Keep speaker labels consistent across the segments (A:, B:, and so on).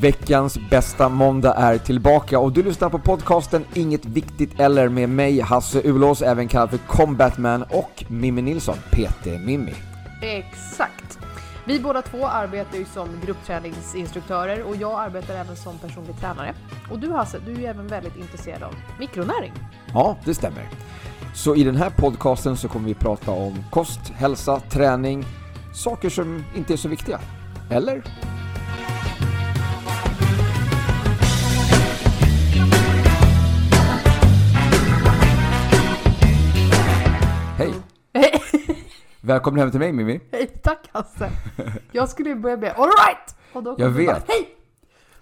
A: Veckans bästa måndag är tillbaka och du lyssnar på podcasten Inget Viktigt Eller med mig, Hasse Ulås, även kallad för Combatman och Mimmi Nilsson, PT Mimmi.
B: Exakt. Vi båda två arbetar ju som gruppträningsinstruktörer och jag arbetar även som personlig tränare. Och du Hasse, du är ju även väldigt intresserad av mikronäring.
A: Ja, det stämmer. Så i den här podcasten så kommer vi prata om kost, hälsa, träning, saker som inte är så viktiga. Eller? Hej! Välkommen hem till mig Mimmi.
B: Hej, tack Hasse! Jag skulle ju börja med alright! Och då
A: Jag
B: kom du bara,
A: vet.
B: Hej!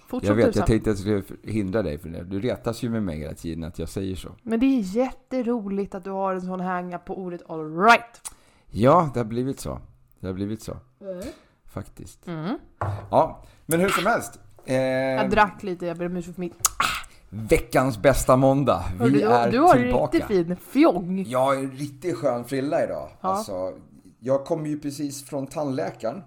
B: Fortsätt
A: Jag vet,
B: du
A: jag
B: sen.
A: tänkte att jag skulle hindra dig från det. Du retas ju med mig hela tiden att jag säger så.
B: Men det är jätteroligt att du har en sån hänga på ordet alright.
A: Ja, det har blivit så. Det har blivit så. Faktiskt. Ja, men hur som helst. Eh,
B: Mm. Jag drack lite, jag ber om ursäkt för mitt...
A: veckans bästa måndag. Vi
B: Hörru, du,
A: är
B: du har en
A: tillbaka.
B: riktigt fin fjong.
A: Jag har en riktigt skön frilla idag.
B: Ja.
A: Alltså, jag kom ju precis från tandläkaren.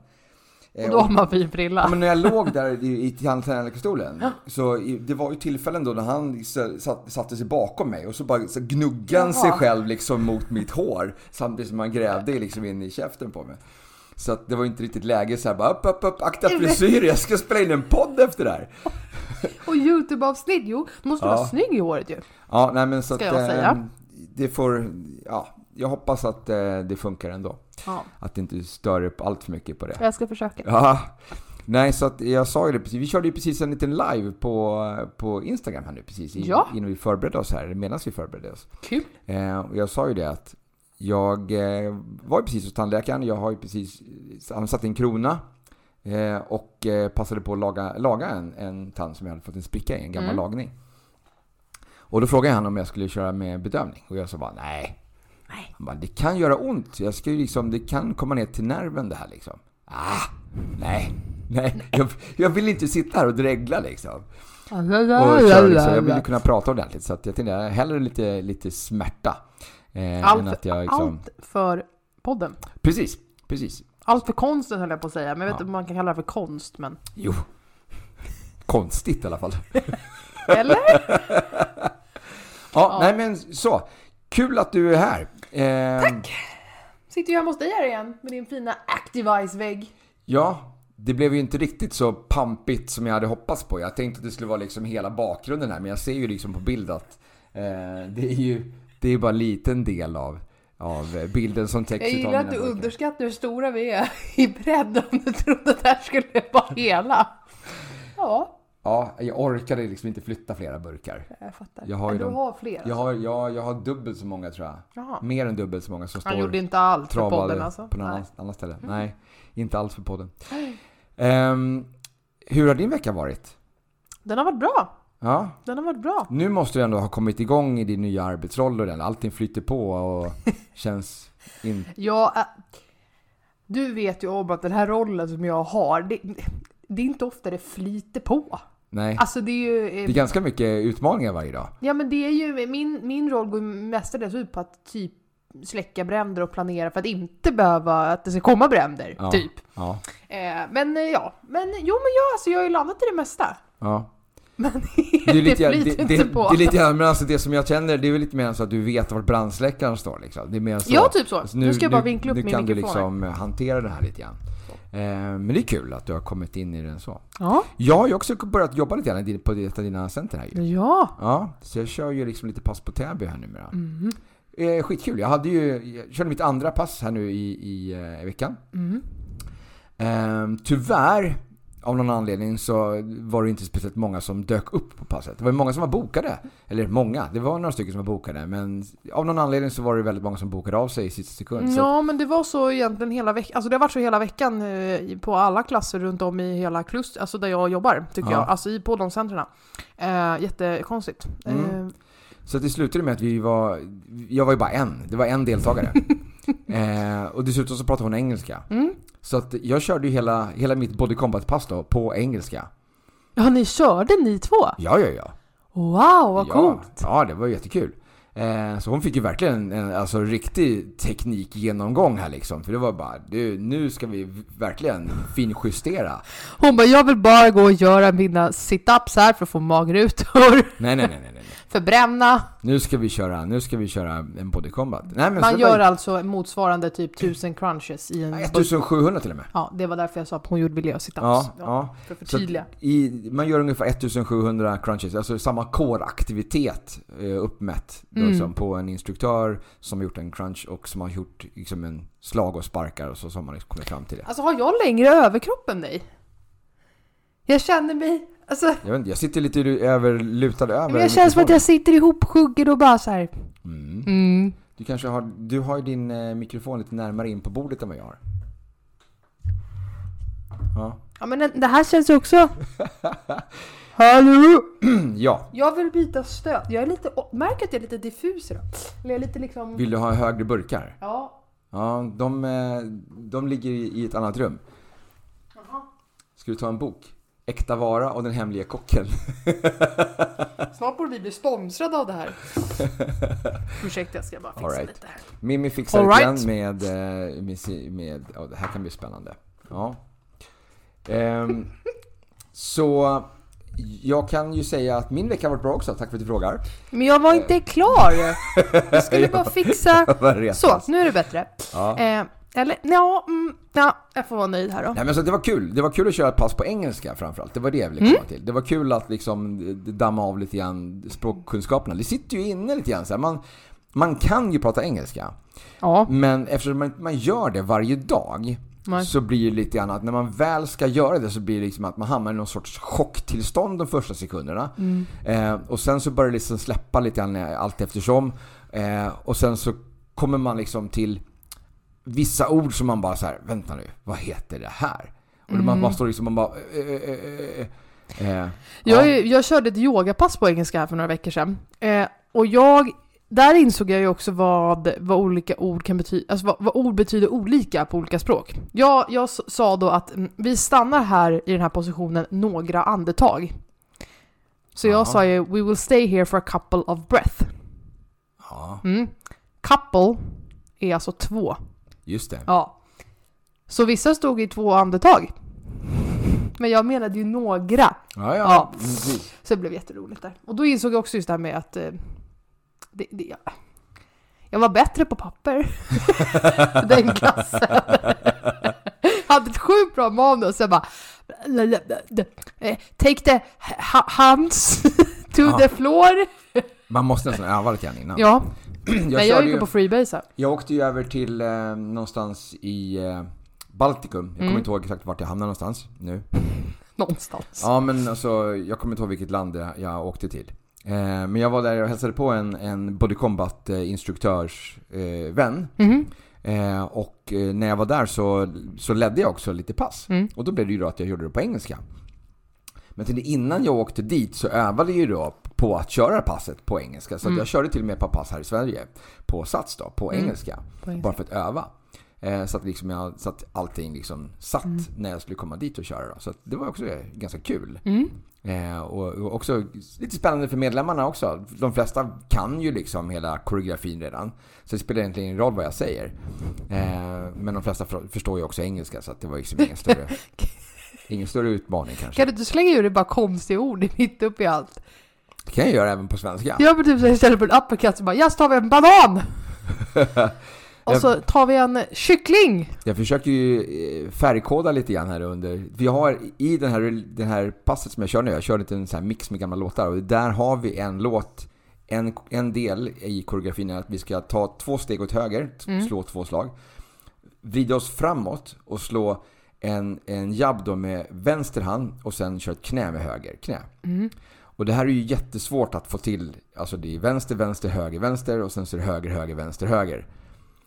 A: Eh,
B: Och då har man fin frilla.
A: Ja, men när jag låg där i, i tandläkarstolen, så i, det var ju tillfällen då när han s- satt, satte sig bakom mig och så bara så gnuggade han sig
B: Jaha.
A: själv liksom mot mitt hår samtidigt som han grävde liksom in i käften på mig. Så att det var inte riktigt läge så här bara upp, upp, upp, akta frisyr, jag ska spela in en podd efter det här.
B: Och YouTube-avsnitt, jo, då måste du
A: Ja.
B: vara snygg i håret ju.
A: Ja, nej men så
B: Ska
A: att,
B: jag
A: eh,
B: säga.
A: det får, ja, jag hoppas att eh, det funkar ändå.
B: Ja,
A: Att det inte stör upp allt för mycket på det.
B: jag ska försöka.
A: Ja. Nej, så att jag sa ju det precis. Vi körde ju precis en liten live på, på Instagram här nu precis. i-
B: Ja.
A: Innan vi förberedde oss här, medan vi förberedde oss.
B: Kul!
A: Eh, och jag sa ju det att jag eh, var ju precis hos tandläkaren. Jag har ju precis, han satte en krona. Eh, och eh, passade på att laga, laga en, en tand som jag hade fått en spricka i, en gammal
B: Mm.
A: lagning. Och då frågade han om jag skulle köra med bedövning. Och jag sa bara nej.
B: Nej.
A: Han bara, det kan göra ont. Jag ska ju liksom, det kan komma ner till nerven det här liksom. Ah, nej. Nej, jag, jag vill inte sitta här och dregla liksom. Och köra, liksom. Jag vill ju kunna prata ordentligt. Så att jag tänkte, jag hellre lite, lite smärta. Eh, än att
B: Allt,
A: jag liksom...
B: allt för podden.
A: Precis, precis.
B: Allt för konsten höll jag på att säga, men jag vet
A: Ja.
B: inte om man kan kalla det för konst. Men...
A: Jo. Konstigt i alla fall.
B: Eller?
A: Ja, nej men så. Kul att du är här. Ehm, Tack!
B: Sitter jag hemma hos dig här igen med din fina Activise-vägg.
A: Ja, det blev ju inte riktigt så pampigt som jag hade hoppats på. Jag tänkte att det skulle vara liksom hela bakgrunden här, men jag ser ju liksom på bild att eh, det är ju det är bara en liten del av, av bilden som täcks
B: Jag
A: utav
B: gillar
A: mina
B: att du
A: burkar.
B: underskattar hur stora vi är i bredd om du trodde att det här skulle vara hela. Ja,
A: Ja, jag orkade liksom inte flytta flera burkar.
B: jag fattar.
A: Jag har ju
B: Men du
A: dem.
B: har fler.
A: Jag har, jag, jag har dubbelt så många tror jag.
B: Jaha.
A: Mer än dubbelt så många som
B: Han
A: står
B: gjorde inte allt för
A: travade
B: podden alltså.
A: på något
B: Nej.
A: annat, annat ställe. Nej, inte alls för podden. Ehm, hur har din vecka varit?
B: Den har varit bra.
A: Ja,
B: Den har varit bra.
A: nu måste du ändå ha kommit igång i din nya arbetsroll och den. Allting flyter på och känns in...
B: Ja, äh, du vet ju om att den här rollen som jag har, det, det är inte ofta det flyter på.
A: Nej,
B: Alltså det är ju... eh,
A: det är ganska mycket utmaningar varje dag.
B: Ja men det är ju, min, min roll går ju mestadels ut på att typ släcka bränder och planera för att inte behöva att det ska komma bränder,
A: Ja.
B: typ.
A: Ja,
B: Eh, men eh, ja, men jo men jag, alltså, jag har ju landat i det mesta.
A: ja.
B: Men
A: Det
B: det,
A: är lite, det,
B: flyter
A: det, det,
B: inte på.
A: är lite, men alltså det som jag känner, det är väl lite mer så att du vet vart brandsläckaren står liksom. Det är mer så.
B: ja, typ så.
A: Alltså
B: nu, ska jag bara vinkla upp
A: nu
B: min
A: kan
B: mikrofon.
A: du liksom eh, hantera det här lite grann. Eh, men det är kul att du har kommit in i den så.
B: Ja,
A: Jag har ju också börjat jobba lite grann i din- på ett av dina center här ju.
B: Mm. ja.
A: Ja, så jag kör ju liksom lite pass på Täby här numera.
B: Mm.
A: Eh, skitkul. Jag hade ju, jag körde mitt andra pass här nu i, i, eh, i veckan.
B: Mm.
A: Ehm, tyvärr, av någon anledning, så var det inte speciellt många som dök upp på passet. Det var ju många som var bokade. Eller många, det var några stycken som var bokade. Men av någon anledning så var det väldigt många som bokade av sig i sista sekund. Så
B: Ja, men det var så egentligen hela veckan. Alltså det har varit så hela veckan eh, på alla klasser runt om i hela klust, alltså där jag jobbar, tycker
A: Ja.
B: jag. Alltså i, på de centren. Eh, jättekonstigt.
A: Mm.
B: Eh,
A: Så att det slutade med att vi var, jag var ju bara en, det var en deltagare. eh, och dessutom så pratade hon engelska.
B: Mm.
A: Så att jag körde ju hela, hela mitt body combat pass då på engelska.
B: Ja, ni körde ni två?
A: Ja, ja, ja.
B: Wow, vad
A: ja,
B: coolt!
A: Ja, det var jättekul. Eh, Så hon fick ju verkligen en, en alltså, riktig teknikgenomgång här liksom. För det var bara, du, nu ska vi verkligen finjustera.
B: Hon bara, jag vill bara gå och göra mina sit-ups här för att få magrutor,
A: Nej, nej, nej, nej, nej. nej.
B: förbränna.
A: Nu ska vi köra, nu ska vi köra en body combat. Nej, men så
B: Man
A: det var
B: gör
A: ju-
B: alltså motsvarande typ 1000 crunches i en...
A: 1700 till och med.
B: Ja, det var därför jag sa att hon gjorde vill göra sit-ups.
A: Ja, ja.
B: För att
A: Så att
B: förtydliga.
A: i, man gör ungefär 1700 crunches, alltså samma core-aktivitet eh, uppmätt då,
B: Mm.
A: liksom, på en instruktör som har gjort en crunch och som har gjort liksom, en slag och sparkar och så, så har man liksom kommit fram till det.
B: Alltså har jag längre överkropp än dig? Jag känner mig... Alltså,
A: Jag, vet inte, jag sitter lite ru- överlutad över
B: men jag känner som att jag
A: mikrofonen.
B: sitter ihopsjuggen och bara så här.
A: Mm.
B: Mm.
A: Du kanske har, du har ju din eh, mikrofon lite närmare in på bordet än vad jag har. Ja.
B: Ja men det här känns ju också... Hallå!
A: ja.
B: Jag vill byta stöd. Jag är lite... åh, Märker att jag är lite diffus idag. Eller jag är lite liksom...
A: Vill du ha högre burkar?
B: Ja.
A: Ja, de, eh, de ligger i i ett annat rum.
B: Jaha.
A: Ska du ta en bok? Äkta vara och den hemliga kocken.
B: Snart borde vi bli sponsrade av det här. Ursäkta, jag ska bara fixa
A: All right.
B: lite här.
A: Mimmi fixar
B: All
A: det
B: right.
A: igen med, eh, med, si- med ja, det här kan bli spännande. Ja. Ehm, så jag kan ju säga att min vecka har varit bra också, tack för att du frågar.
B: Men jag var inte klar! Jag skulle bara fixa...
A: Jag var retas.
B: Så, nu är det bättre.
A: Ja.
B: Eh, eller, ja, mm, ja, jag får vara nöjd här då.
A: Nej, men så det var kul. Det var kul att köra ett pass på engelska framförallt. Det var det jag ville komma till. Det var kul att liksom eh, damma av lite grann språkkunskaperna. Det sitter ju inne lite grann så här. Man, man kan ju prata engelska.
B: Ja,
A: Men eftersom man, man gör det varje dag
B: Nej.
A: så blir det lite grann att när man väl ska göra det så blir det liksom att man hamnar i någon sorts chocktillstånd de första sekunderna.
B: Mm.
A: Eh, och sen så börjar det liksom släppa lite grann eh, allt eftersom. Eh, och sen så kommer man liksom till vissa ord som man bara så här, vänta nu, vad heter det här? Och man
B: Mm.
A: bara står liksom, man bara... eh, eh, eh, eh, eh.
B: jag, är- jag körde ett yogapass på engelska här för några veckor sedan. Eh, och jag, där insåg jag ju också vad, vad olika ord kan betyda, alltså vad, vad ord betyder olika på olika språk. Jag, jag s- sa då att mm, vi stannar här i den här positionen några andetag. Så jag
A: Jaha.
B: sa ju “We will stay here for a couple of breath”.
A: Ja,
B: Mm. Couple är alltså två.
A: just det.
B: Ja. Så vissa stod i två andetag. Men jag menade ju några.
A: Ja, Mm, ja.
B: Ja.
A: precis.
B: Så det blev jätteroligt där. Och då insåg jag också just det här med att eh, det, det, jag, jag var bättre på papper. Den klassen. Hade ett sjukt bra manus. Jag bara... eh, Take the ha- hands to
A: Ja.
B: the floor.
A: Man måste nästan öva lite grann innan.
B: Ja,
A: Jag
B: jag,
A: körde
B: jag gick på freebase. här.
A: Jag åkte ju över till eh, någonstans i eh, Baltikum. Jag kommer
B: Mm.
A: inte ihåg exakt vart jag hamnade någonstans nu.
B: Någonstans.
A: Ja, men alltså jag kommer inte ihåg vilket land jag, jag åkte till. Eh, men jag var där och hälsade på en, en Body Combat eh, instruktörs eh, vän.
B: Mhm.
A: Eh, och eh, när jag var där så, så ledde jag också lite pass.
B: Mm.
A: Och då blev det ju då att jag gjorde det på engelska. Men till innan jag åkte dit så övade jag ju då på att köra passet på engelska. Så att
B: Mm.
A: jag körde till och med ett par pass här i Sverige på Sats då, på
B: Mm.
A: engelska.
B: På engelska.
A: Bara för att öva. Eh, så, att liksom jag, så att allting liksom satt när jag skulle komma dit och köra. Då. Så att det var också eh, ganska kul.
B: Mm.
A: Eh, och, och också lite spännande för medlemmarna också. De flesta kan ju liksom hela koreografin redan. Så det spelar egentligen ingen roll vad jag säger. Eh, men de flesta för, förstår ju också engelska så att det var liksom ingen större, ingen större utmaning kanske.
B: Kan du inte slänga ur det bara konstiga ord mitt uppe i allt?
A: Det kan jag göra även på svenska.
B: Jag men typ så här, istället för en uppercut så bara ja, så tar vi en banan! Och
A: Jag-
B: så tar vi en kyckling!
A: Jag försöker ju eh, färgkoda lite grann här under. Vi har i den här, den här passet som jag kör nu, jag kör lite en sån här mix med gamla låtar och där har vi en låt, en, en del i koreografin är att vi ska ta två steg åt höger, t-
B: Mm.
A: slå två slag, vrida oss framåt och slå en, en jabb då med vänster hand och sen köra ett knä med höger knä.
B: Mm.
A: Och det här är ju jättesvårt att få till. Alltså det är vänster, vänster, höger, vänster och sen så är det höger, höger, vänster, höger.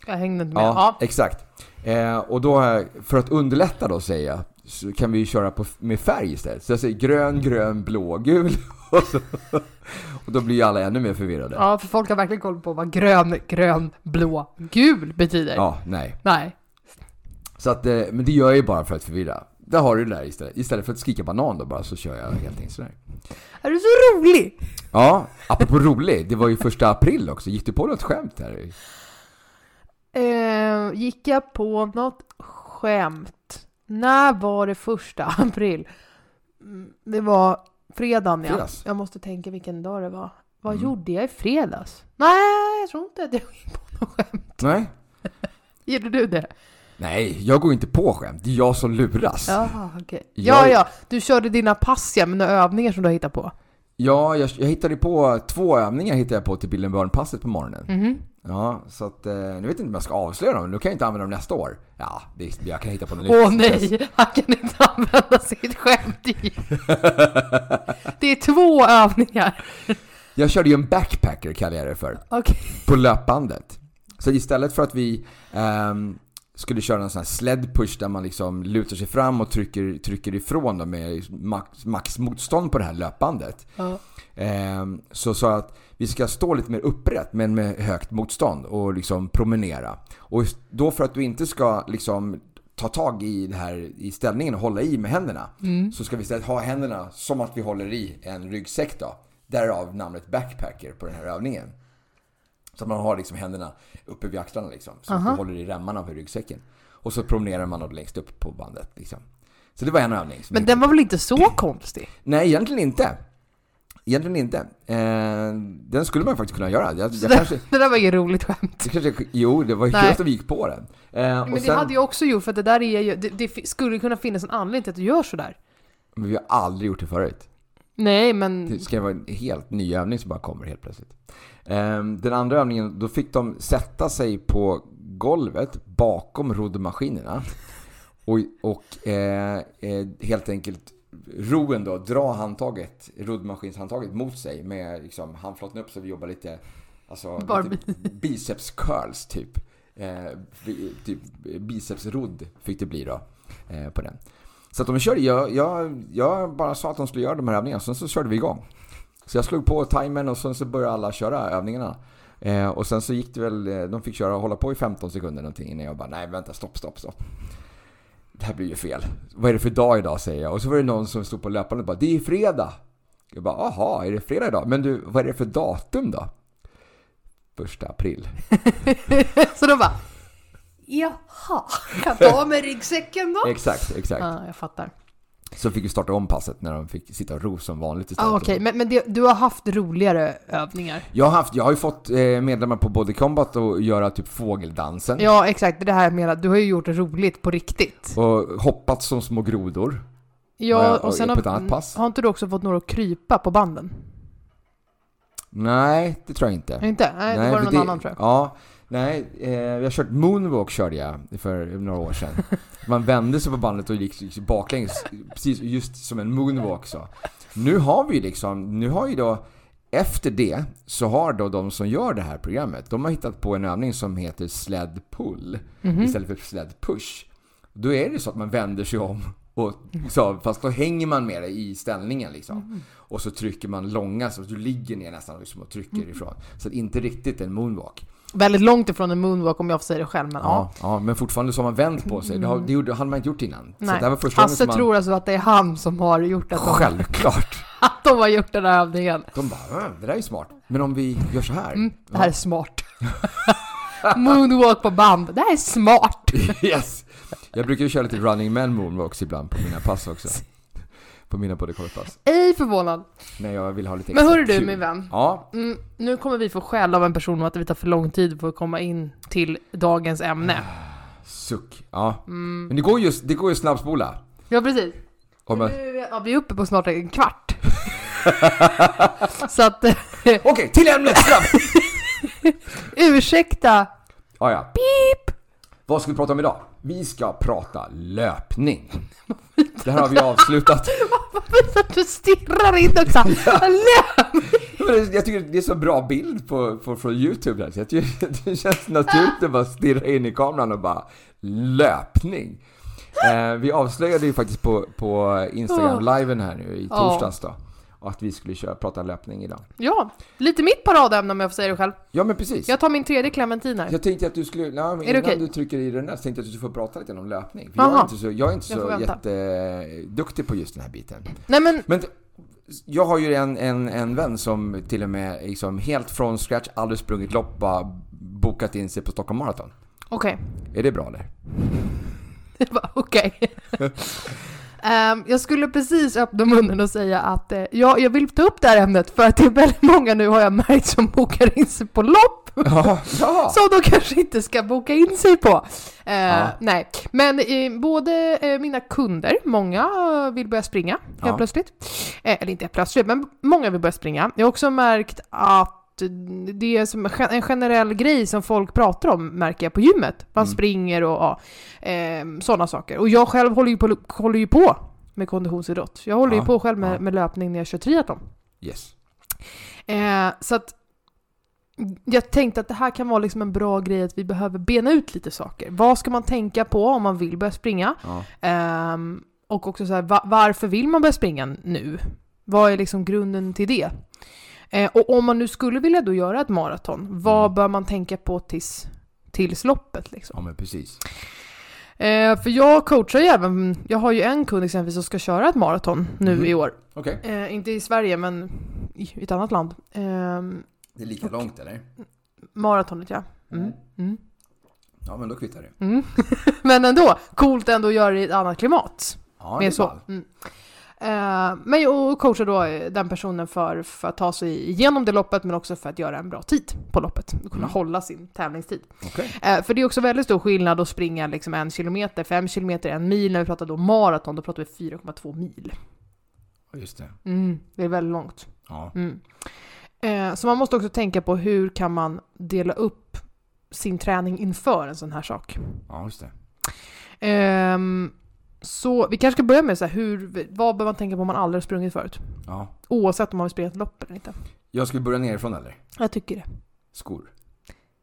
B: Jag hängde inte med.
A: Ja,
B: Ja.
A: exakt. Eh, och då, har jag- för att underlätta då säger jag, så kan vi ju köra på, med färg istället. Så jag säger grön, grön, blå, gul. Och, så, och då blir ju alla ännu mer förvirrade.
B: ja, för folk har verkligen koll på vad grön, grön, blå, gul betyder.
A: Ja, nej.
B: Nej.
A: Så att, eh, men det gör jag ju bara för att förvirra. Där har du det där istället. Istället för att skrika banan då bara så kör jag helt enkelt sådär.
B: Är du så rolig?
A: Ja, apropå rolig. Det var ju första april också. Gick du på något skämt här?
B: Eh, gick jag på något skämt? När var det första april? Mm, Det var fredagen, ja.
A: Fredags. Mm.
B: Jag måste tänka vilken dag det var. Vad gjorde jag i fredags? Nej, jag tror inte att jag gick på något skämt.
A: Nej.
B: Gjorde du det?
A: Nej, jag går inte på skämt. Det är jag som luras. Ja,
B: Ja, okej. Ja,
A: Jag-
B: ja. Du körde dina pass ja, med några övningar som du har hittat på.
A: jag, jag hittade på två övningar hittade jag på till Bill Burn-passet på morgonen.
B: Mhm.
A: Ja, så att eh, nu vet jag inte om jag ska avslöja dem. Nu kan jag inte använda dem nästa år. Ja, det, jag kan hitta på något nytt.
B: Åh nej, han kan inte använda sitt skämt i. Det är två övningar.
A: Jag körde ju en backpacker kallar jag det för.
B: Okej.
A: på löpbandet. Så istället för att vi ehm, skulle köra en sån här sled push där man liksom lutar sig fram och trycker, trycker ifrån dem med max, max motstånd på det här löpbandet.
B: Ja.
A: Ehm, så sa jag att vi ska stå lite mer upprätt men med högt motstånd och liksom promenera. Och då för att du inte ska liksom ta tag i det här i ställningen och hålla i med händerna
B: Mm.
A: så ska vi istället ha händerna som att vi håller i en ryggsäck då. Därav namnet backpacker på den här övningen. Så att man har liksom händerna uppe vid axlarna liksom. Så att
B: Aha.
A: du håller i remmarna på ryggsäcken. Och så promenerar man då längst upp på bandet liksom. Så det var en övning. som
B: Men
A: vi-
B: den var väl inte så konstig?
A: Nej, egentligen inte. Egentligen inte. Eh, den skulle man faktiskt kunna göra. Jag,
B: Så
A: jag
B: det,
A: kanske,
B: det där var inget roligt skämt.
A: det kanske, jo, det var ju
B: Nej.
A: just att vi gick på den. Eh, och
B: Men det
A: sen,
B: hade jag också gjort för att det där är ju, det, det fi- skulle kunna finnas en anledning till att du gör sådär.
A: Men vi har aldrig gjort det förut.
B: Nej men,
A: Det ska vara en helt ny övning som bara kommer helt plötsligt. Eh, den andra övningen, då fick de sätta sig på golvet bakom roddmaskinerna. Och, och eh, eh, helt enkelt roen då, dra handtaget, roddmaskinshandtaget mot sig med liksom handflatan upp så vi jobbar lite, alltså
B: Barbie.
A: lite biceps curls typ. Eh, bi, typ bicepsrodd fick det bli då eh, på den. Så att de körde, jag, jag, jag bara sa att de skulle göra de här övningarna, sen så körde vi igång. Så jag slog på timern och sen så började alla köra övningarna. Eh, och sen så gick det väl, eh, de fick köra och hålla på i 15 sekunder någonting innan jag bara, nej vänta, stopp, stopp, stopp. Det här blir ju fel. Vad är det för dag idag säger jag. Och så var det någon som stod på löpande och bara, det är fredag. Jag bara, aha, är det fredag idag? Men du, vad är det för datum då? Första april.
B: så då bara, jaha, kan jag ta med ryggsäcken då?
A: Exakt, exakt.
B: Ja, jag fattar.
A: Så fick vi starta om passet när de fick sitta och ro som vanligt istället.
B: Ah, Okej, men, men det, du har haft roligare övningar?
A: Jag har, haft, jag har ju fått eh, medlemmar på Body Combat att göra typ fågeldansen.
B: Ja, exakt. Det är det här jag menar. Du har ju gjort det roligt på riktigt.
A: Och hoppat som små grodor. Ja,
B: Ja,
A: ja,
B: och sen
A: på ett annat
B: har,
A: pass.
B: har inte du också fått några att krypa på banden?
A: Nej, det tror jag inte.
B: Inte? Nej, det var
A: för
B: någon annan tror jag.
A: Ja, nej, eh, jag har kört moonwalk körde jag för några år sedan. Man vände sig på bandet och gick liksom baklänges, precis just som en moonwalk så. Nu har vi ju liksom, nu har ju då efter det så har då de som gör det här programmet, de har hittat på en övning som heter sled pull
B: Mm. Mhm.
A: istället för sled push. Då är det så att man vänder sig om och så, fast då hänger man med det i ställningen liksom.
B: Mm.
A: Och så trycker man långa, så att du ligger ner nästan liksom, och
B: Mm.
A: trycker ifrån. Så att inte riktigt en moonwalk.
B: Väldigt långt ifrån en moonwalk om jag får säga det själv, men ja. Mm.
A: Ja, ja men fortfarande så har man vänt på sig. Det, har, det gjorde, hade man inte gjort innan. Så
B: Nej.
A: det här var första gången
B: Hasse
A: som man...
B: tror alltså att det är han som har gjort att de,
A: Självklart!
B: att de har gjort den här övningen.
A: De bara, "Mm, det där är ju smart. Men om vi gör så här?
B: Mm, Det här är smart. moonwalk på band. Det här är smart.
A: Yes! Jag brukar ju köra lite running man moonwalks ibland på mina pass också. På mina både pass.
B: Ej förvånad.
A: När jag vill ha lite
B: Men
A: extra
B: hörru du
A: kul.
B: min vän.
A: Ja,
B: Mm, nu kommer vi få skäll av en person om att vi tar för lång tid för att komma in till dagens ämne.
A: suck. Ja. Men det går ju, det går ju att snabbspola.
B: Ja precis.
A: Om jag-
B: Nu, ja, vi är uppe på snart en kvart. så att, eh,
A: Okej, till ämnet! Snabb!
B: ursäkta.
A: Ja, ja. Vad ska vi prata om idag? Vi ska prata löpning. Det här har vi avslutat.
B: Varför satt du och stirrar in också? Lö-
A: Men det- Jag tycker det är så bra bild på, på, från Youtube där. Så jag tycker, det känns naturligt att bara stirra in i kameran och bara löpning. Eh, vi avslöjade ju faktiskt på, på Instagram-liven här nu i
B: Ja.
A: torsdags då. och att vi skulle köra, prata löpning idag.
B: Ja, lite mitt paradämne om jag får säga det själv.
A: Ja, men precis.
B: Jag tar min tredje clementin här.
A: Jag tänkte att du skulle, nej, men
B: det
A: innan
B: okej?
A: du trycker i den där så tänkte jag att du skulle få prata lite om löpning. För jag är
B: Aha.
A: inte så, jag är inte
B: Jag får
A: så
B: vänta.
A: jätteduktig på just den här biten.
B: Nej men,
A: Men t- jag har ju en, en, en vän som till och med liksom helt från scratch, aldrig sprungit lopp, bara bokat in sig på Stockholm Marathon.
B: okej.
A: Är det bra eller?
B: Jag bara, Okej. Ehm, jag skulle precis öppna munnen och säga att eh, ja, jag vill ta upp det här ämnet för att det är väldigt många nu har jag märkt som bokar in sig på lopp
A: Ja! ja.
B: som de kanske inte ska boka in sig på. Eh,
A: Ja.
B: Nej, men eh, både eh, mina kunder, många eh, vill börja springa helt
A: Ja.
B: plötsligt. Eh, eller inte helt plötsligt, men många vill börja springa. Jag har också märkt att det är som en generell grej som folk pratar om märker jag på gymmet. Man
A: Mm.
B: springer och ja, ehm, sådana saker. Och jag själv håller ju på, håller ju på med konditionsidrott. Jag håller
A: Ja.
B: ju på själv med,
A: Ja.
B: med löpning när jag kör triathlon.
A: Yes.
B: Eh, så att jag tänkte att det här kan vara liksom en bra grej att vi behöver bena ut lite saker. Vad ska man tänka på om man vill börja springa?
A: Ja.
B: Ehm, och också så här, va- varför vill man börja springa nu? Vad är liksom grunden till det? Eh, och om man nu skulle vilja då göra ett maraton, vad bör man tänka på tills, tills loppet? Liksom?
A: ja, men precis.
B: Eh, för jag coachar ju även, jag har ju en kund exempelvis som ska köra ett maraton nu
A: Mhm.
B: i år.
A: Okej.
B: Eh, inte i Sverige men i ett annat land. Ehm,
A: Det är lika långt eller?
B: maratonet ja. Mm. Mm.
A: Ja, men då kvittar det.
B: Mm. men ändå, coolt ändå att göra det i ett annat klimat.
A: Ja, det är
B: Mer så.
A: ball.
B: Mm. Eh, men jag coachar då eh, den personen för, för att ta sig igenom det loppet men också för att göra en bra tid på loppet och kunna
A: Mm.
B: hålla sin tävlingstid.
A: Okej.
B: Eh, för det är också väldigt stor skillnad att springa liksom en kilometer, fem kilometer, en mil. När vi pratar då maraton, då pratar vi 4,2 mil.
A: Ja, Just det.
B: Mm, det är väldigt långt.
A: Ja.
B: Mm. Eh, så man måste också tänka på hur kan man dela upp sin träning inför en sån här sak.
A: ja, just det.
B: Ehm, så vi kanske ska börja med så här, hur, vad bör man tänka på om man aldrig har sprungit förut?
A: Ja.
B: Oavsett om man har sprungit lopp eller inte.
A: Jag skulle börja nerifrån eller?
B: Jag tycker det.
A: Skor.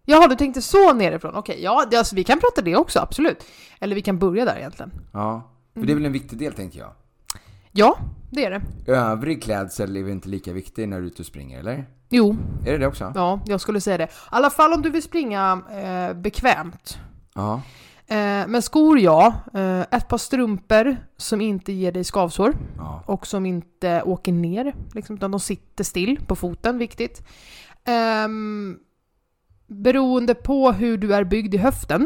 B: Jaha, du tänkte så nerifrån? Okej, ja, det, alltså, vi kan prata det också, absolut. Eller vi kan börja där egentligen. Mm.
A: Ja. För det är väl en viktig del tänker jag.
B: Ja, det är det.
A: Övrig klädsel är väl inte lika viktig när du är ute och springer eller?
B: Jo,
A: Är det det också?
B: ja, jag skulle säga det. I alla fall om du vill springa eh, bekvämt.
A: Ja.
B: Eh, men skor, ja. Eh, ett par strumpor som inte ger dig skavsår.
A: Ja.
B: och som inte åker ner, liksom, utan de sitter still på foten, viktigt. Um, beroende på hur du är byggd i höften.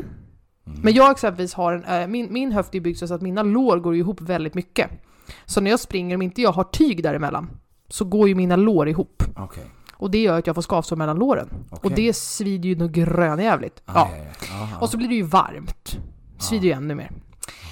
A: Mm.
B: Men jag exempelvis har en, eh, min, min höft är byggd så att mina lår går ihop väldigt mycket. Så när jag springer, om inte jag har tyg däremellan, så går ju mina lår ihop.
A: Okej.
B: Och det gör att jag får skavsår mellan låren.
A: Okej.
B: Och det svider ju nog grönjävligt.
A: Ah,
B: ja.
A: ja, ja. Ja, ja.
B: Och så blir det ju varmt. Det svider ju ännu mer.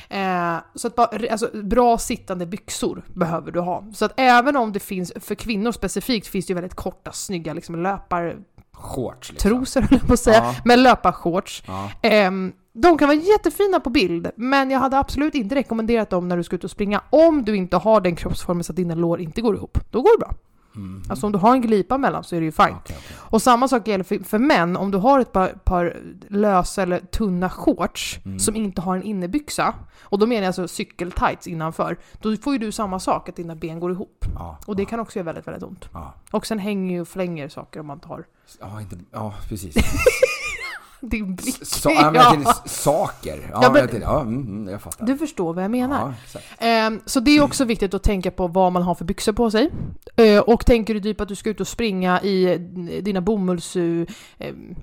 B: Eh, så att bara, alltså, bra sittande byxor behöver du ha. Så att även om det finns, för kvinnor specifikt, finns det ju väldigt korta, snygga liksom, löpartrosor,
A: Shorts liksom.
B: höll jag på att säga,
A: Ja.
B: men löparshorts.
A: Ja.
B: Ehm, de kan vara jättefina på bild, men jag hade absolut inte rekommenderat dem när du ska ut och springa om du inte har den kroppsformen så att dina lår inte går ihop. Då går det bra.
A: Mm.
B: Alltså om du har en glipa mellan så är det ju fine.
A: Okej, okej.
B: Och samma sak gäller för, för män, om du har ett par, par lösa eller tunna shorts
A: Mm.
B: som inte har en innebyxa, och då menar jag alltså cykeltights innanför, då får ju du samma sak, att dina ben går ihop.
A: Ja.
B: Och det kan också göra väldigt, väldigt ont.
A: Ja.
B: Och sen hänger ju och flänger saker om man tar
A: Ja, inte... Ja, precis.
B: din blick.
A: Sa, ja, men jag tänkte s- saker. Ja,
B: Ja, men-
A: jag, tänkte, ja mm, mm, jag fattar.
B: Du förstår vad jag menar.
A: Ja, exakt.
B: Ehm, så det är också viktigt att tänka på vad man har för byxor på sig. Eh, och tänker du typ att du ska ut och springa i eh, dina bomulls... eh,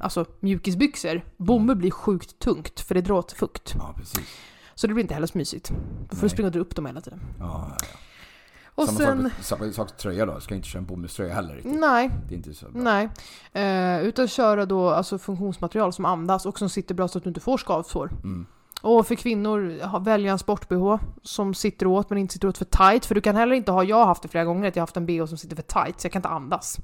B: alltså mjukisbyxor, bomull blir sjukt tungt för det drar åt fukt.
A: ja precis.
B: Så det blir inte heller så mysigt. Då får
A: Nej.
B: du springa och dra upp dem hela tiden.
A: Ja, ja.
B: Och
A: samma,
B: sen...
A: sak, med- samma sak med tröja då. Ska inte köra en bomullströja heller riktigt.
B: Nej,
A: Det är inte så bra.
B: nej. Eh, utan köra då alltså, funktionsmaterial som andas och som sitter bra så att du inte får skavsår.
A: Mm.
B: Och för kvinnor, ha- välja en sport-bh som sitter åt men inte sitter åt för tight. För du kan heller inte ha, jag har haft det flera gånger, att jag har haft en bh som sitter för tight så jag kan inte andas.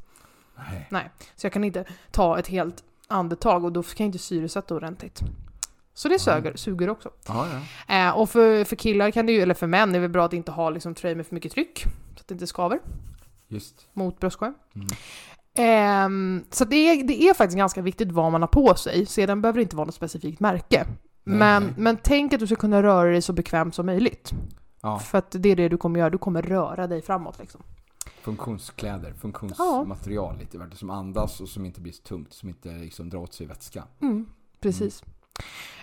A: Nej.
B: Så jag kan inte ta ett helt andetag och då kan jag inte syresätta ordentligt. Så det suger, suger också.
A: Ja, ja.
B: Eh, och för, för killar kan det ju, eller för män, är det väl bra att inte ha liksom, tröjor med för mycket tryck. Så att det inte skaver.
A: Just.
B: mot bröstkorgen.
A: Mm.
B: Ehm, så det är, det är faktiskt ganska viktigt vad man har på sig. Sedan behöver det inte vara något specifikt märke.
A: Nej,
B: Men,
A: nej.
B: men tänk att du ska kunna röra dig så bekvämt som möjligt.
A: Ja.
B: För att det är det du kommer göra, du kommer röra dig framåt liksom.
A: Funktionskläder, funktionsmaterial lite. Verkar som andas och som inte blir så tungt, som inte liksom drar åt sig vätska.
B: Mm, precis.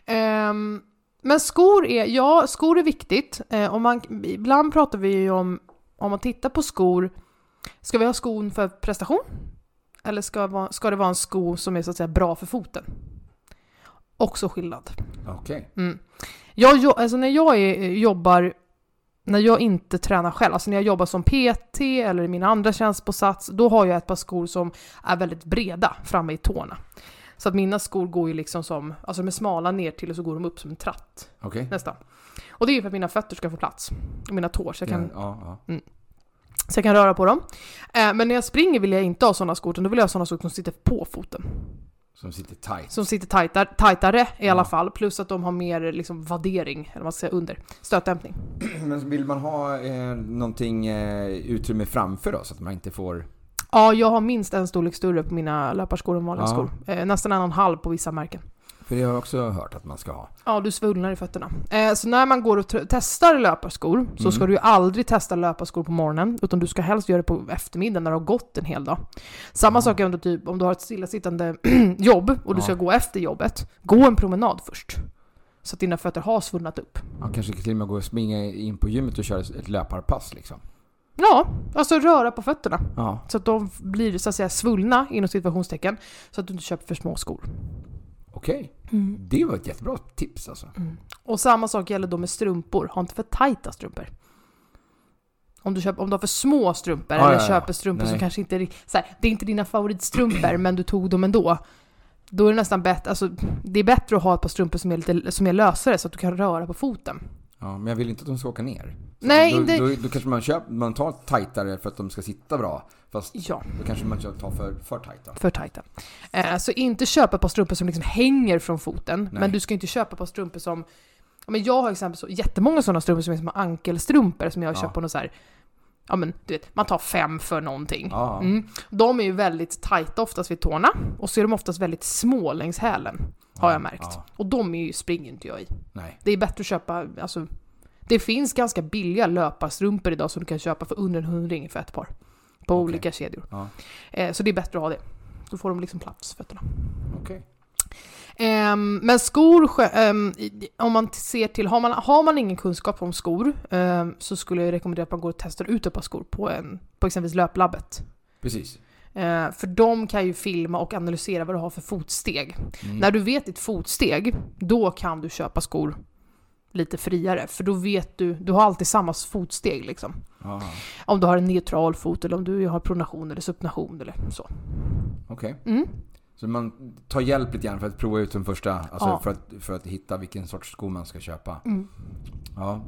B: Ehm, men skor är, ja, skor är viktigt. Eh, och man, ibland pratar vi ju om, om man tittar på skor, ska vi ha skon för prestation? Eller ska, va- ska det vara en sko som är så att säga bra för foten? Också skillnad.
A: Okej.
B: Jag, jo- alltså när jag är, jobbar, när jag inte tränar själv, alltså när jag jobbar som PT eller i min andra tjänst på Sats, då har jag ett par skor som är väldigt breda framme i tårna. Så att mina skor går ju liksom som, alltså de är smala ner till och så går de upp som en tratt
A: Okej.
B: nästan. Och det är ju för att mina fötter ska få plats, och mina tår, så jag kan,
A: Ja, ja, ja.
B: så jag kan röra på dem. Eh, men när jag springer vill jag inte ha sådana skor, utan då vill jag ha sådana skor som sitter på foten.
A: Som sitter tight.
B: Som sitter tajtar, tajtare i alla
A: Ja.
B: fall, plus att de har mer liksom vaddering, eller vad man ska säga, under, stötdämpning.
A: Men vill man ha eh, någonting eh, utrymme framför då så att man inte får...
B: Ja, jag har minst en storlek större på mina löparskor än vanliga
A: Ja.
B: skor. Eh, nästan en och en halv på vissa märken.
A: För det har jag också hört att man ska ha.
B: Ja, du svullnar i fötterna. Eh, så när man går och tr- testar löparskor så
A: Mm.
B: ska du ju aldrig testa löparskor på morgonen, utan du ska helst göra det på eftermiddagen när det har gått en hel dag. Samma
A: Ja.
B: sak är om du, typ, om du har ett stillasittande jobb och du
A: Ja.
B: ska gå efter jobbet. Gå en promenad först. Så att dina fötter har svullnat upp.
A: Man kanske till och med går och springa in på gymmet och köra ett löparpass liksom.
B: Ja, alltså röra på fötterna.
A: Ja.
B: Så att de blir så att säga svullna, inom situationstecken så att du inte köper för små skor.
A: Okej. Det var ett jättebra tips alltså.
B: Och samma sak gäller då med strumpor. Ha inte för tajta strumpor. Om du, köper, om du har för små strumpor
A: Ja,
B: eller
A: ja, ja.
B: köper strumpor som
A: Nej.
B: kanske inte är rikt- så här, det är inte dina favoritstrumpor men du tog dem ändå. Då är det nästan bättre, alltså, det är bättre att ha ett par strumpor som är, lite, som är lösare så att du kan röra på foten.
A: Ja, men jag vill inte att de ska åka ner. Så
B: Nej,
A: då,
B: inte-
A: Då, då kanske man, köper, man tar tajtare för att de ska sitta bra. Fast
B: Ja,
A: då kanske man inte tar för, för tajta.
B: för tajta. Eh, så inte köpa ett par strumpor som liksom hänger från foten.
A: Nej.
B: Men du ska inte köpa ett par strumpor som... ja, Men jag har exempel så, jättemånga sådana strumpor som är som ankelstrumpor som jag
A: Ja.
B: köper på något så här... Ja men du vet, man tar fem för någonting.
A: Ja.
B: Mm. De är ju väldigt tajta oftast vid tårna och så är de oftast väldigt små längs hälen, har jag märkt.
A: Ja.
B: Och de är ju, springer inte jag i.
A: Nej.
B: Det är bättre att köpa, alltså, det finns ganska billiga löparstrumpor idag som du kan köpa för under en hundring för ett par. På
A: Okej.
B: olika kedjor.
A: Ja.
B: Eh, så det är bättre att ha det. Då får de liksom plats fötterna.
A: Okej.
B: Ehm, men skor, skö- ehm, i- om man t- ser till, har man, har man ingen kunskap om skor ehm, så skulle jag rekommendera att man går och testar ut ett par skor på, en, på exempelvis löplabbet.
A: Precis.
B: Eh, för de kan ju filma och analysera vad du har för fotsteg.
A: Mm.
B: När du vet ditt fotsteg, då kan du köpa skor lite friare. För då vet du, du har alltid samma fotsteg liksom.
A: Ja.
B: Om du har en neutral fot eller om du har pronation eller supination eller så.
A: Okej.
B: Mm.
A: Så man tar hjälp lite grann för att prova ut den första, alltså
B: Ja.
A: för, att, för att hitta vilken sorts sko man ska köpa.
B: Mm.
A: Ja.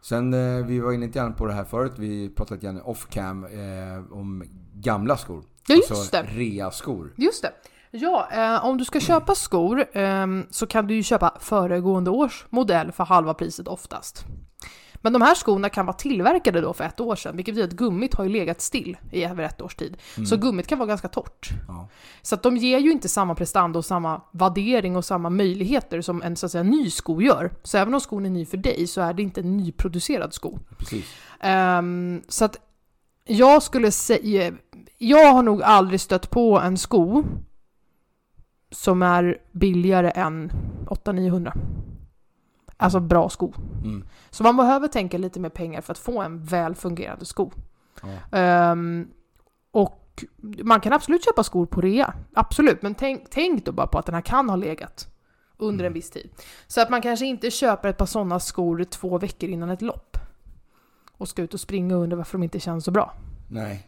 A: Sen, eh, vi var inne lite grann på det här förut, vi pratade lite grann off cam eh, om gamla skor.
B: Ja, just
A: alltså
B: det.
A: rea-skor.
B: Just det. Ja, eh, om du ska köpa skor ehm, så kan du ju köpa föregående års modell för halva priset oftast. Men de här skorna kan vara tillverkade då för ett år sedan, vilket betyder att gummit har ju legat still i över ett års tid. Så gummit kan vara ganska torrt.
A: Mm. Ja.
B: Så att de ger ju inte samma prestanda och samma värdering och samma möjligheter som en så att säga, ny sko gör. Så även om skon är ny för dig så är det inte en nyproducerad sko.
A: Precis.
B: Ehm, så att jag skulle säga, jag har nog aldrig stött på en sko som är billigare än 800-900. Alltså bra sko.
A: Mm.
B: Så man behöver tänka lite mer pengar för att få en väl fungerande sko.
A: Ja.
B: Ehm, och man kan absolut köpa skor på rea, absolut. Men tänk, tänk då bara på att den här kan ha legat under en
A: Mm.
B: viss tid. Så att man kanske inte köper ett par sådana skor två veckor innan ett lopp. Och ska ut och springa och undra varför de inte känns så bra.
A: Nej.